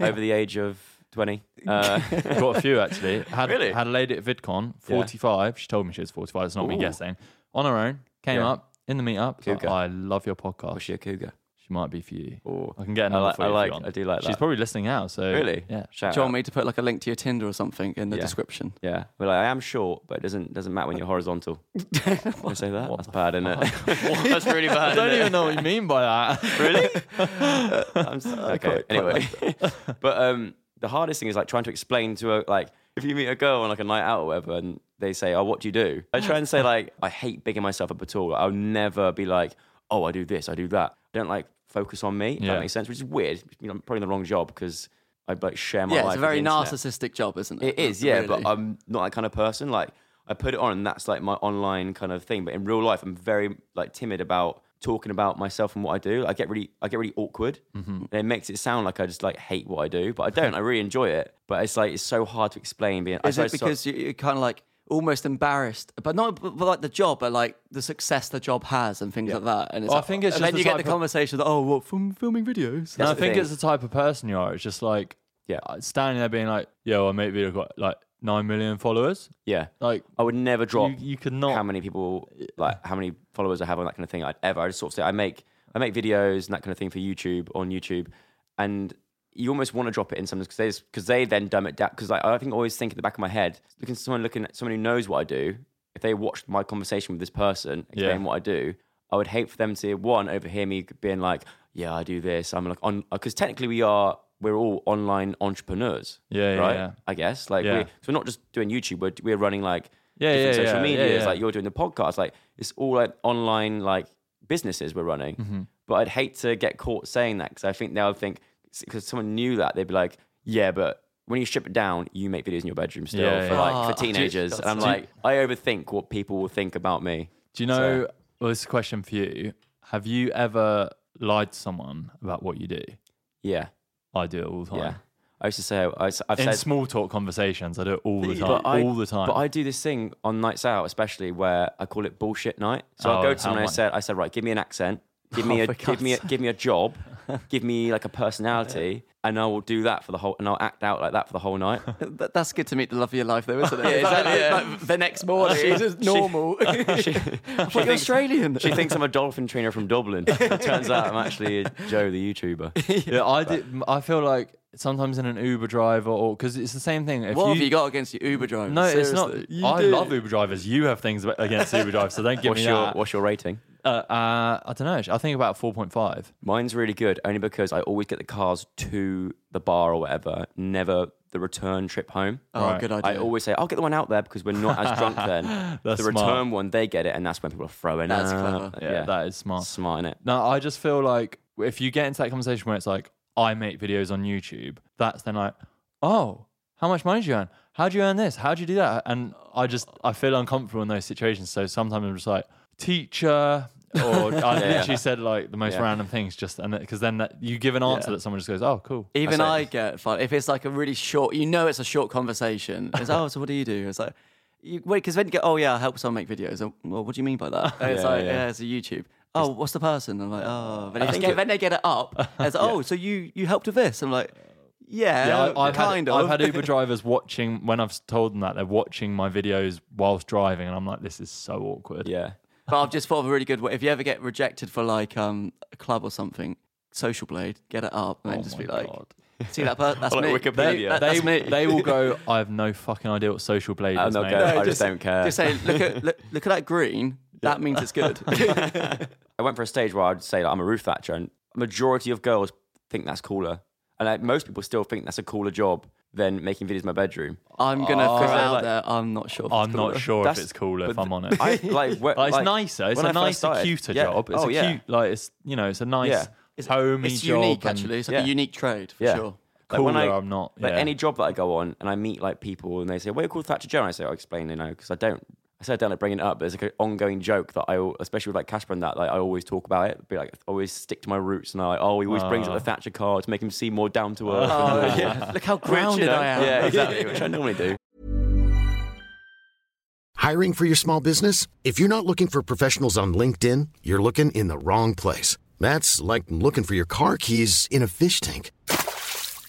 over the age of twenty? Uh, *laughs* got a few actually. Had, Really? Had a lady at VidCon, 45. She told me she was 45. It's not me Ooh. guessing. On her own, came Yeah. up in the meetup. like, Cougar. I love your podcast. was she a cougar? She might be for you. Ooh. I can get I another like- for I you if like- you want. I do like She's that. probably listening now. So Really? Yeah. Shout Oh, Do you out. want me to put like a link to your Tinder or something in the Yeah. description? Yeah, well, like, I am short, but it doesn't doesn't matter when *laughs* you're horizontal. Can I say that? That's bad, isn't it? That's *laughs* really bad. I don't even know what you mean by *laughs* that. really? *laughs* I'm s- okay. Anyway, *laughs* but um, the hardest thing is like trying to explain to a like if you meet a girl on like a night out or whatever, and they say, "Oh, what do you do?" I *laughs* try and say like I hate bigging myself up at all. I'll never be like, "Oh, I do this, I do that." I don't like focus on me. If Yeah. That makes sense, which is weird. You know, I'm probably in the wrong job because I like share my Yeah, life. it's a with very the internet. narcissistic job, isn't it? It is, yeah, but I'm not that kind of person. Like I put it on and that's like my online kind of thing. But in real life, I'm very like timid about talking about myself and what I do. I get really I get really awkward. Mm-hmm. And it makes it sound like I just like hate what I do, but I don't. I really enjoy it. But it's like it's so hard to explain being I is it suppose so- because you- you're kind of like almost embarrassed, but not but but like the job, but like the success the job has and things like that? And it's Well, I like- think it's and just then the you get type the of- conversation that oh, what from filming videos? No, I the think thing. it's the type of person you are. It's just like Yeah. uh, standing there being like, yeah, well, maybe I've got like nine million followers. Yeah. Uh, Like I would never drop you, you could not how many people like how many followers I have on that kind of thing. I'd ever. I just sort of say I make I make videos and that kind of thing for YouTube on YouTube, and you almost want to drop it in sometimes because they just- 'cause they then dumb it down. Because like, I think I always think at the back of my head, looking at someone looking at someone who knows what I do, if they watched my conversation with this person, explain Yeah. what I do, I would hate for them to one overhear me being like, "Yeah, I do this." I'm like on because technically we are we're all online entrepreneurs. Yeah, yeah, right. yeah. I guess like Yeah. we, so we're not just doing YouTube. We're we're running like Yeah, different yeah, social yeah, media. yeah, It's yeah. like you're doing the podcast. Like it's all like online like businesses we're running. Mm-hmm. But I'd hate to get caught saying that because I think they'll think because someone knew that they'd be like, yeah, but when you strip it down, you make videos in your bedroom still Yeah, for yeah. like Ah, for teenagers, that's and I'm so- like, I overthink what people will think about me. Do you know? Well, this is a question for you. Have you ever lied to someone about what you do? Yeah, I do it all the time. yeah. I used to say I, have In said small talk conversations, I do it all the time. But I- all the time. But I do this thing on nights out, especially where I call it bullshit night. So Oh, I go to someone how and I nice. said, I said, right, give me an accent, *laughs* give me Oh, a, for give me a, give me a job, give me like a *laughs* personality, and I will do that for the whole, and I'll act out like that for the whole night. *laughs* That, that's good to meet the love of your life, though, *laughs* isn't it? yeah, exactly, the next morning, she's just *laughs* normal. I thought you were Australian. she thinks I'm a dolphin trainer from Dublin. It turns out I'm actually Joe *laughs* the *laughs* YouTuber. yeah, I did. *laughs* I feel like sometimes in an Uber driver or because it's the same thing. If what have you got against your Uber driver? No, it's Seriously. not. I love Uber drivers. You have things about- against Uber drivers, so don't give What's me your that. What's your rating? uh, uh, I don't know. I think about four point five. Mine's really good only because I always get the cars to the bar or whatever, never the return trip home. Oh, Right. good I idea. I always say, I'll get the one out there because we're not as *laughs* drunk then. That's the return smart. one, they get it, and that's when people are throwing That's up. clever. Yeah, that is smart. smart, innit? No, I just feel like if you get into that conversation where it's like, I make videos on YouTube, that's then like, oh, how much money do you earn? How do you earn this? How do you do that? And I just, I feel uncomfortable in those situations. So sometimes I'm just like, teacher, *laughs* or I literally said like the most Yeah. random things just, and because then that, you give an answer that someone just goes, oh, cool. Even I I, say- get fun if it's like a really short. You know, it's a short conversation. It's oh, so what do you do? It's like you, wait, because then you go, oh yeah, I help someone make videos. And, well, what do you mean by that? And it's Yeah, like yeah. yeah. it's a YouTube. Oh, what's the person? I'm like oh, then, they get, then they get it up. And *laughs* it's like, oh, so you you helped with this? I'm like yeah, Yeah, I, I've, kind had, of. I've had Uber drivers watching, when I've told them that, they're watching my videos whilst driving. And I'm like, this is so awkward. Yeah. *laughs* But I've just thought of a really good way. If you ever get rejected for like um, a club or something, Social Blade, get it up Oh and then just be like, *laughs* see *laughs* that person? That's Like me. Wikipedia. That- They, that's me. Uh, they will *laughs* go, I have no fucking idea what social blade I'm is. not mate." going. I just don't care. Just say, look at look, look at that green. That means *laughs* it's good. I went for a stage where I'd say like, I'm a roof thatcher, and majority of girls think that's cooler, and like, most people still think that's a cooler job than making videos in my bedroom. I'm gonna throw it they're out Oh, like- there. I'm not sure. *laughs* if I'm it's not *laughs* cooler. sure if That's- it's cooler if but I'm on it. *laughs* I *laughs* like. where- Like, it's like, nicer. It's when a I first nicer, started- cuter yeah. job. It's oh a yeah. cute, like it's you know, it's a nice Yeah. homey It's job. unique, and actually. It's like yeah. a unique trade for Yeah. *laughs* sure. Like, Cooler, when I- I'm not. Like yeah. any job that I go on and I meet like people and they say, "What are you called Thatcher Joe?" And I say, "I explain, you know, because I don't." I say I don't like bringing it up, but it's like an ongoing joke that I, al- especially with like Casper and that, like I always talk about it. Be like, always stick to my roots, and I like, oh, he always brings Ah. up the Thatcher card to make him seem more down to earth. and all Oh, *laughs* that. yeah. Look how Which, you grounded know, I *laughs* am. *laughs* Yeah, exactly, which I normally do. Hiring for your small business? If you're not looking for professionals on LinkedIn, you're looking in the wrong place. That's like looking for your car keys in a fish tank.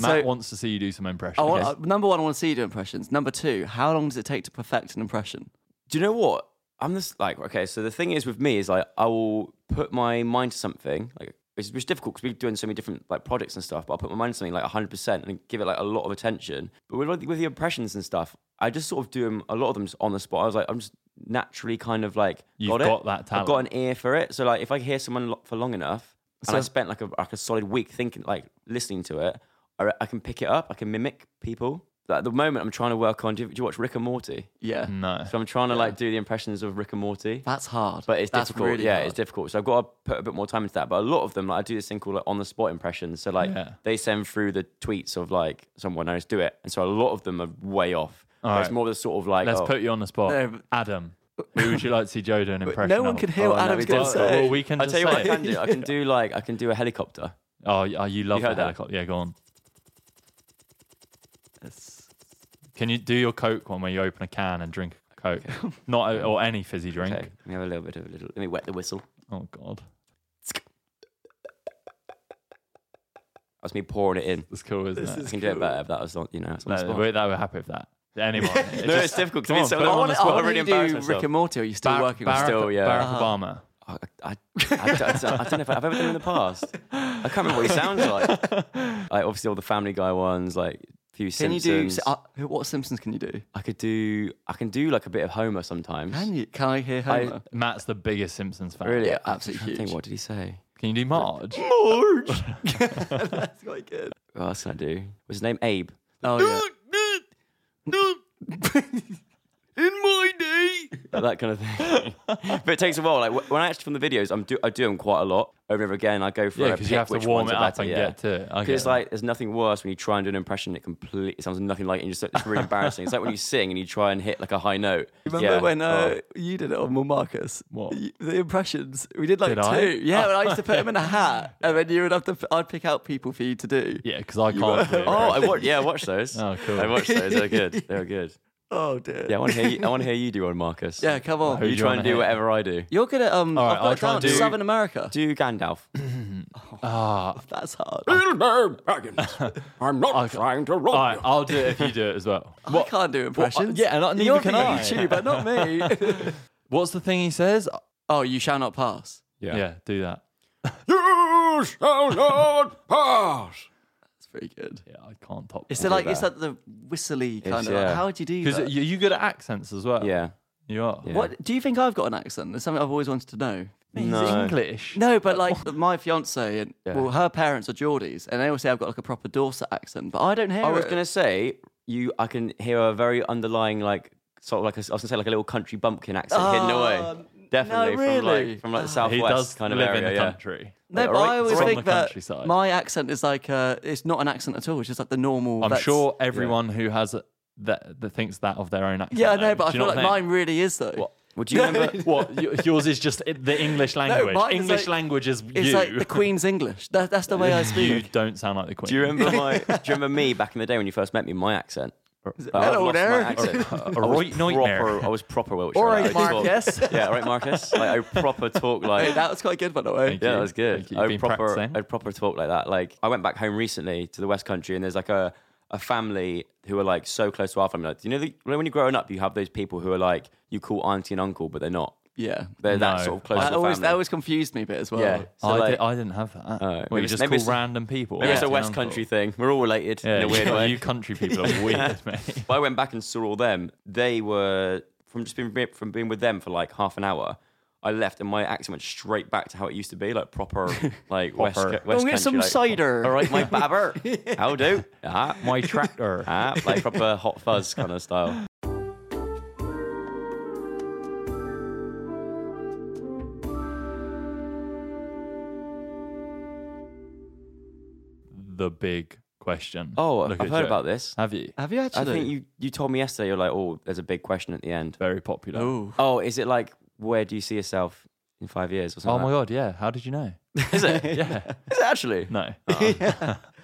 Matt So- wants to see you do some impressions. I want, Okay. uh, number one, I want to see you do impressions. Number two, how long does it take to perfect an impression? do you know what? I'm just like, okay, so the thing is with me is like, I will put my mind to something, like, it's, it's difficult because we're doing so many different like projects and stuff, but I'll put my mind to something like 100% and give it like a lot of attention. But with, like, with the impressions and stuff, I just sort of do them, a lot of them just on the spot. I was like, I'm just naturally kind of like, You've got, it. got that I've got an ear for it. So like, if I hear someone lo- for long enough, and I spent like a like a solid week thinking, like listening to it. I, re- I can pick it up. I can mimic people. Like, at the moment, I'm trying to work on. Do you, do you watch Rick and Morty? Yeah. *laughs* No. So I'm trying to like do the impressions of Rick and Morty. That's hard. But it's That's difficult. really yeah, hard. it's difficult. So I've got to put a bit more time into that. But a lot of them, like I do this thing called like, on the spot impressions. So like Yeah. they send through the tweets of like someone else do it, and so a lot of them are way off. All It's right. more the sort of like Let's oh, put you on the spot. No, but- Adam, who would you like to see Joe do an impression no one of? could hear what Oh, no, Adam's we going to well, didn't. say. well, we can I just tell you what I say can it. do. I can *laughs* do like I can do a helicopter. Oh, y- oh, you love You the heard that? helicopter. Yeah, go on. Can you do your Coke one where you open a can and drink a Coke? *laughs* Not a, or any fizzy drink. Okay, let me have a little bit of a little. Let me wet the whistle. Oh God, That's me pouring it in. that's cool, isn't it? I can do it better if that was not, you know, it's on the No, spot. we're, that we're happy with that. *laughs* Anyone? It No, just- it's difficult 'cause come it's on, so put them long. on the I spot. wanna- What I'm really do you embarrassed do myself. Rick and Morty? Are you still Bar- working Barack, with still, yeah. Uh-huh. Barack Obama. I, I, I, don't, I don't know if I've ever done it in the past. I can't remember what he sounds like. Like obviously all the Family Guy ones, like a few Can you Simpsons. do uh, who- what Simpsons can you do? I could do. I can do like a bit of Homer sometimes. Can you? Can I hear *laughs* Homer? Matt's the biggest Simpsons fan. Uh-huh. Really, Yeah, I'm absolutely trying to Think, huge. what did he say? Can you do Marge? *laughs* *laughs* That's quite good. What else can I do? Was his name Abe? Oh yeah. *laughs* that kind *laughs* of thing. but it takes a while. Like wh- when I actually from the videos, I'm do I do them quite a lot over and over again. I go for Yeah, it, I 'cause you pick have to which warm ones it are up better, and yeah. get to it. I Because get it's that. like there's nothing worse when you try and do an impression and it completely it sounds nothing like it. And just it's really embarrassing. It's like when you sing and you try and hit like a high note. Remember Yeah. when uh, Oh. you did it on Will Marcus? What? Y- The impressions. We did like Did two. I? Oh. Yeah, when I used to put him in *laughs* a hat and then you would have to, f- I'd pick out people for you to do. yeah, because I can't. do it. *laughs* Oh, I watch, yeah, I watched those. Oh, cool. I watched those. They're good. They're good. Oh, dear. Yeah, I want to hear you. I want to hear you do one, Marcus. Yeah, come on. Who you do you try wanna and do hear? whatever I do. You're good at, um, All right, I've got I'll it try down and to do- Southern America. *clears throat* Do Gandalf. Ah, That's hard. I'm not trying to rob all right, I'll do it if you do it as *laughs* well. I can't do impressions. yeah, and I- neither You're can the I. YouTube, but not *laughs* me. *laughs* What's the thing he says? oh, you shall not pass. Yeah, do that. you. You shall not pass. That's pretty good. Yeah, I can't top. It's the, like it's like the whistly kind of. yeah. Like, how would you do Because that? you you good at accents as well. Yeah. you are. Yeah. What do you think I've got an accent? That's something I've always wanted to know. It's English. No, but like my fiance and Yeah. well, her parents are Geordies, and they all say I've got like a proper Dorset accent, but I don't hear I was it. gonna say you. I can hear a very underlying like sort of like a, I was gonna say like a little country bumpkin accent hidden away. Definitely from Ah, really? Ah. like from like the he southwest does kind of live area. in the yeah. country. no, Like, but right I always from think the that countryside. my accent is like uh, it's not an accent at all. It's just like the normal. I'm that's- sure everyone who has a- that that thinks that of their own accent. *laughs* Yeah, I though. know, but I Do you feel not like think? mine really is though. *laughs* Would you remember? What y- yours is just i- the English language. mine is English like- language is It's you. like the Queen's English. That, that's the way *laughs* I *laughs* speak. you don't sound like the Queen. Do you *laughs* remember my? Do you remember me back in the day when you first met me? My accent. I hello lost my there. *laughs* accent. A I *laughs* was right nightmare. Proper, I was proper Welsh. All like, right, I talk- Marcus. *laughs* yeah, all right, Marcus. Like I *laughs* proper talk Hey, like. that was quite good, by the way. Thank yeah, you. that was good. Thank you. You've I been proper, practicing. I'd proper talk like that. Like I went back home recently to the West Country, and there's like a, a family who are like so close to our family. Like, you know, the, when you're growing up, you have those people who are like you call auntie and uncle, but they're not. Yeah. They're No. Oh, that sort of close. That to always, family. that always confused me a bit as well. yeah. So, I, like, did, I didn't have that. Oh, well, maybe you it's- just maybe call it's- random people. maybe it's auntie a and West uncle. Country thing. We're all related Yeah, in a weird you, way. you country people are *laughs* weird, mate. But I went back and saw all them. They were from just being from being with them for like half an hour. I left and my accent went straight back to how it used to be, *laughs* like proper, like West, Proper. West Go get some Country, like, cider. *laughs* All right, my babber. *laughs* How do? Ah, My tractor. ah, like proper hot fuzz kind of style. the big question. Oh, Look I've at heard Joe. about this. Have you? Have you actually? I think you you told me yesterday. You're like, oh, there's a big question at the end. Very popular. Ooh. Oh, is it like where do you see yourself in five years or something? Oh my god, yeah. How did you know? god, *laughs* is it? Yeah. Is it actually? No.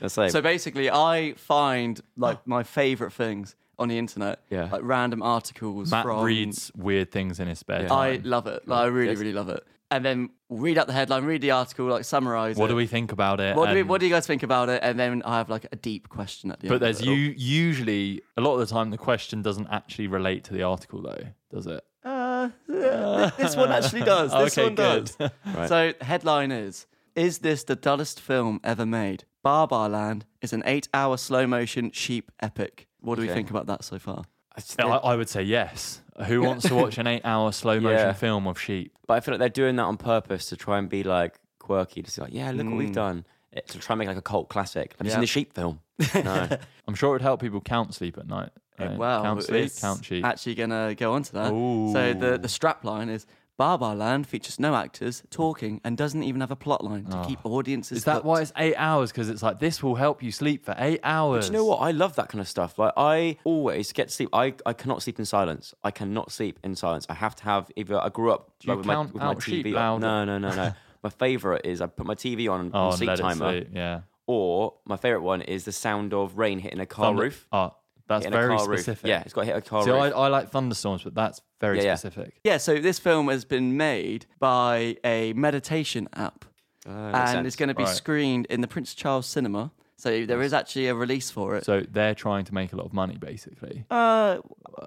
That's like, So basically, I find *gasps* like my favorite things on the internet. Yeah. Like random articles Matt from. reads uh, weird things in his spare time. I love it. Like, I really, really love it. And then read out the headline, read the article, like summarize what it. do we think about it? What do, we, And- what do you guys think about it? And then I have like a deep question at the but end. of there's it all. you usually a lot of the time the question doesn't actually relate to the article though, does it? *laughs* this one *laughs* actually does. This Okay, one good. does. So headline is: Is this the dullest film ever made? Barbar Land is an eight-hour slow-motion sheep epic. What do we think about that so far? I, I would say yes. Who wants to watch an eight hour slow motion *laughs* Yeah. film of sheep? But I feel like they're doing that on purpose to try and be like quirky. Just like, yeah, look what we've done. It- To try and make like a cult classic. Have you Yeah. seen the sheep *laughs* film? No. I'm sure it would help people count sleep at night. right? Well, count sleep, it's count sheep. Actually, gonna go on to that. So the the strap line is. Barbar Land features no actors talking and doesn't even have a plot line Ah. to keep audiences. Is that hooked. why it's eight hours? Because it's like this will help you sleep for eight hours. Do you know what? I love that kind of stuff. Like I always get to sleep. I, I cannot sleep in silence. I cannot sleep in silence. I have to have either I grew up Do you like, with count my with out my sheep TV on. loud? No, no, no, *laughs* no. my favorite is I put my TV on Oh, on and sleep let it timer. sleep, Yeah. Or my favorite one is the sound of rain hitting a car Thunder- roof. Oh, that's Hitting a very car roof. specific. Yeah, it's got to hit a car See, I, roof. I like thunderstorms, but that's very Yeah, yeah. specific. Yeah, so this film has been made by a meditation app, and it's going to be Alright. screened in the Prince Charles Cinema. So there is actually a release for it. So they're trying to make a lot of money, basically. uh,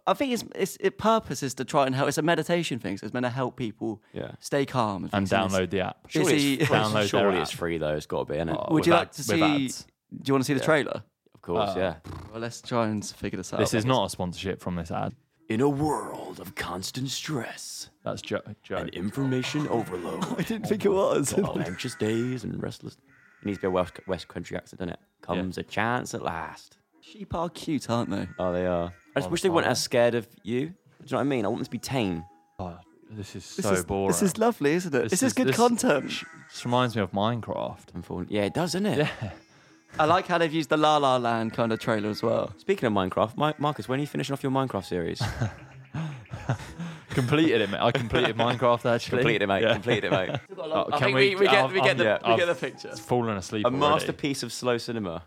I think its its it purpose is to try and help. It's a meditation thing, so it's meant to help people Yeah. stay calm and things like this. download the app. Surely it's *laughs* Busy- free. download their Surely it's app. free though. It's got to be, isn't it? Oh, Would you with like ads- to with see? ads. Do you want to see the trailer? of course, Uh. yeah. Well, let's try and figure this out. This is *laughs* not a sponsorship from this ad. In a world of constant stress That's Joe. Joe. and information *laughs* overload, I didn't think it was. of anxious days and restless. It needs to be a West, West Country accent, doesn't it? Comes a chance at last. Sheep are cute, aren't they? Oh, they are. I just wish they weren't as scared of you. Do you know what I mean? I want them to be tame. Oh, this is so This is, boring. This is lovely, isn't it? This, is, good this- content. This reminds me of Minecraft. And for- Yeah, it does, doesn't it? Yeah. I like how they've used the La La Land kind of trailer as well. Speaking of Minecraft, Mi- Marcus, when are you finishing off your *laughs* Minecraft series? completed it, mate. I *laughs* completed Minecraft actually. Completed it, mate. Yeah. *laughs* Completed it, mate. Oh, I can think we, we get, I've- we get, I've- the, yeah, we get the I've picture. Fallen asleep. A already. masterpiece of slow cinema.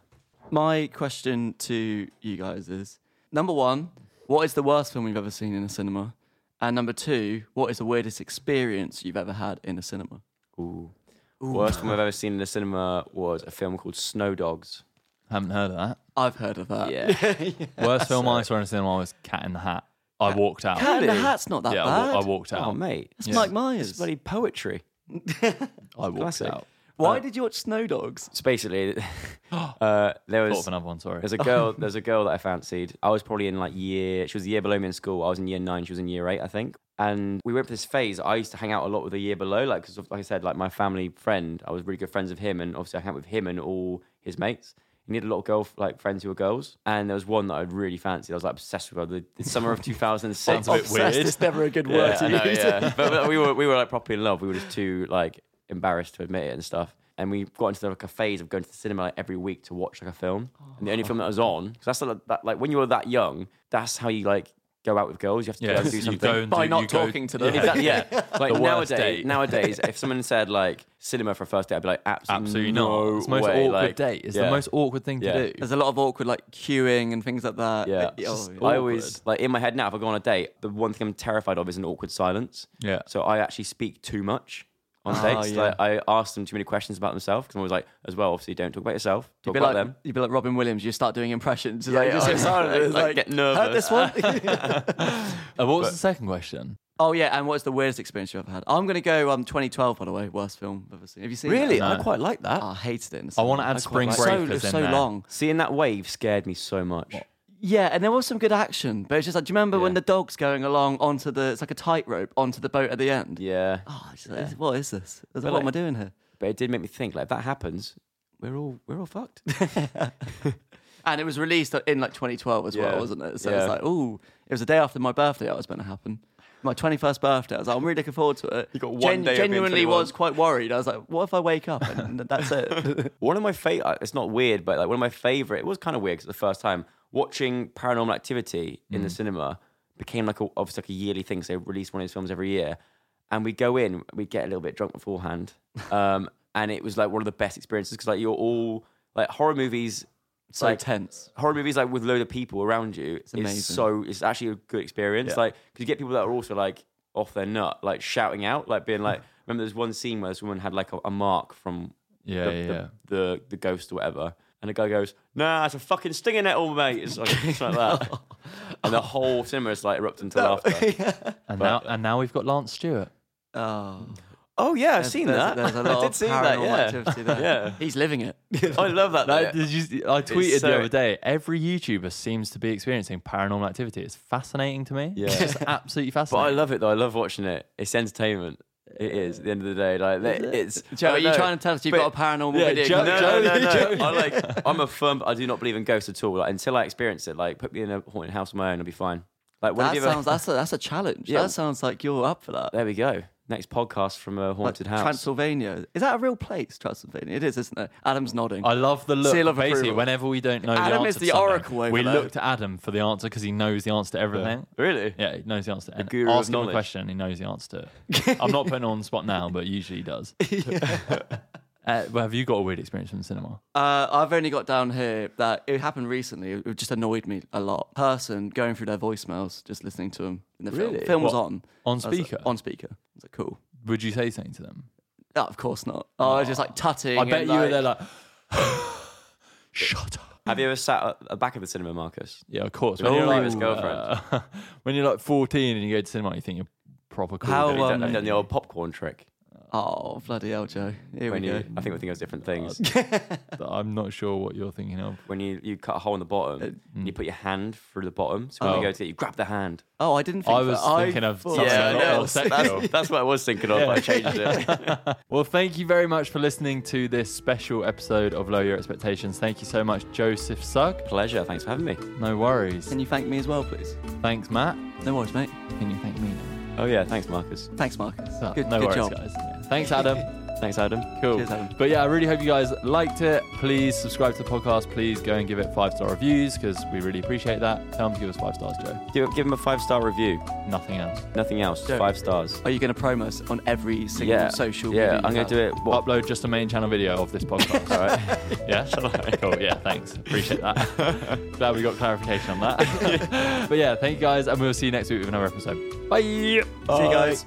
My question to you guys is number one, what is the worst film you've ever seen in a cinema? And number two, what is the weirdest experience you've ever had in a cinema? Ooh. Worst film I've ever seen in the cinema was a film called Snow Dogs. Haven't heard of *laughs* that. I've heard of that. Yeah. Worst film I saw in a cinema was Cat in the Hat. I walked out. Cat in the Hat's not that yeah, I, bad. wa- I walked out. oh, mate. It's Mike Myers. It's bloody poetry. *laughs* I walked classic. out. Why did you watch Snow Dogs? It's basically, *laughs* *gasps* uh, there Thought of was another one. Sorry. *laughs* There's a girl. there's a girl that I fancied. I was probably in like year. She was the year below me in school. I was in year nine. She was in year eight, I think. And we went for this phase. I used to hang out a lot with the year below, like because, like I said, like my family friend. I was really good friends with him, and obviously I hung out with him and all his mates. And He had a lot of girl like friends who were girls, and there was one that I really fancied. I was like obsessed with her. The, the *laughs* summer of 2006. a bit Obsessed weird. is never *laughs* a good Yeah, I know, yeah. but, but we were we were like properly in love. We were just too like embarrassed to admit it and stuff. And we got into like a phase of going to the cinema like every week to watch like a film. And the only film that was on, Oh. because that's like, that, like when you were that young, that's how you like go out with girls. You have to go yeah, and *laughs* do you something. *laughs* go and By do- not you go- talking to them. Yeah. *laughs* Exactly, yeah. Like worst nowadays, date. nowadays, *laughs* if someone said like cinema for a first date, I'd be like, absolutely, Absolutely no not. It's the most way. awkward like, date. It's yeah. the most awkward thing Yeah. to do. *laughs* There's a lot of awkward like queuing and things like that. Yeah. *laughs* Uh, oh, Just- I always like in my head now. If I go on a date, the one thing I'm terrified of is an awkward silence. Yeah. So I actually speak too much on Ah, dates. yeah. Like I ask them too many questions about themselves because I'm always like, as well, obviously, don't talk about yourself. Talk You'd be about like them. you'd be like Robin Williams. You start doing impressions. It's *laughs* like, yeah, just I get *laughs* know. started, Like- it's like, get Heard this one? Uh, what was the second question? oh yeah. And what's the weirdest experience you've ever had? I'm gonna go um 2012 by the way. Worst film I've ever seen. Have you seen? Really, That? I quite like that. Oh, I hated it. In the I wanna cinema. add quite Spring liked it. So- Breakers it was in so there. long. Seeing that wave scared me so much. Yeah, and there was some good action, but it's just like, do you remember when Yeah. the dog's going along onto the? It's like a tightrope onto the boat at the end. Yeah. Oh, it's like, what is this? It's like, But what like- am I doing here? But it did make me think. Like if that happens, we're all we're all fucked. *laughs* *laughs* And it was released in like 2012 as well, Yeah. wasn't it? So Yeah. it's like, ooh, it was the day after my birthday that was meant to happen. My 21st birthday. I was like, I'm really looking forward to *laughs* it. You got one day of being genuinely 21. was quite worried. I was like, what if I wake up and that's *laughs* it? One of my favorite, it's not weird, but like one of my favorite, it was kind of weird because the first time watching Paranormal Activity in the Mm. cinema became like a, obviously like a yearly thing. So they release one of these films every year. And we go in, we get a little bit *laughs* drunk beforehand. Um, and it was like one of the best experiences because like you're all like horror movies. so like, tense. Horror movies like with load of people around you it's amazing. is so it's actually a good experience. Like 'cause you get people that are also like off their nut, like shouting out, like being *laughs* like. remember, there's one scene where this woman had like a, a mark from Yeah, the, yeah, the, yeah. the the ghost or whatever. And the guy goes, "Nah, it's a fucking stinger nettle, mate." It's like, it's like that, and the whole cinema is like erupting into laughter. And now, and now we've got Lance Stewart. Oh, Oh yeah, I've there's- seen there's, that. There's *laughs* a *laughs* I lot did of see paranormal that. Yeah, activity there. *laughs* Yeah. He's living it. I love that. I, bit. Uh, did you- I tweeted so- the other day. Every YouTuber seems to be experiencing paranormal activity. It's fascinating to me. Yeah, it's just absolutely *laughs* But I fascinating. love it though. I love watching it. It's entertainment. It is at the end of the day. Like that- it's. Joe, I are you know, trying to tell us you've got but- a paranormal yeah, video? Joe- No, coming? no, no, Joe- no. I like. I'm a firm. I do not believe in ghosts at all. Like until I experience it. Like put me in a haunted house on my own, I'll be fine. Like when that have you ever- sounds that's a, that's a challenge. Yeah. That sounds like you're up for that. There we go. Next podcast from a Like haunted house. Transylvania. Is that a real place, Transylvania? It is, isn't it? Adam's nodding. I love the look. Seal of Basically, approval. whenever we don't know Adam the answer is to the something, oracle over we there. look to Adam for the answer because he knows the answer to everything. really? Yeah, he knows the answer. And guru of ask him a knowledge. question, he knows the answer to it. I'm not putting on the spot now, but usually he *laughs* does. uh, well, have you got a weird experience from cinema? Uh, I've only got down here that it happened recently. It just annoyed me a lot. Person going through their voicemails, just listening to them in the Really? film. Film was What, on. on I was like- speaker? on speaker. I was like, cool. Would you say something to them? No, of course not. Oh, I was just like tutting. I and, bet you like, were *sighs* there like, shut up. Have you ever sat at the back of the cinema, Marcus? Yeah, of course. When you're like- his His girlfriend. uh, *laughs* when you're like 14 and you go to cinema, you think you're proper cool. How, dude. Have you done, um, have you done the old popcorn trick? Oh bloody hell, Joe! Here When we you, go. I think we think *laughs* of different things. But I'm not sure what you're thinking of. when you, you cut a hole in the bottom, Uh, and hmm. you put your hand through the bottom. So when Oh. you go to get, you grab the hand. Oh, I didn't. Think I was that. thinking of thought- something Yeah, a I lot know. more *laughs* sexual. That's what I was thinking of. but I changed it. Well, thank you very much for listening to this special episode of Lower Your Expectations. Thank you so much, Joseph Sugg. Pleasure. Thanks for having me. No worries. Can you thank me as well, please? Thanks, Matt. No worries, mate. Can you thank me? Oh yeah. Thanks, Marcus. Thanks, Marcus. No, good no good worries, job. guys. Yeah. Thanks, *laughs* Adam. Thanks, Adam. Cool. Cheers, Adam. But yeah, I really hope you guys liked it. Please subscribe to the podcast. Please go and give it five star reviews because we really appreciate that. Tell them to give us five stars, Joe. Give, give him a five star review. Nothing else. Nothing else. Don't- Five stars. Are you going to promo us on every single Yeah. social? yeah. media I'm gonna you do have? it. What? Upload just a main channel video of this podcast. All right. yeah? Cool. Yeah, thanks. Appreciate that. Glad we got clarification on that. *laughs* but yeah, thank you guys, and we'll see you next week with another episode. Bye. See you See you guys.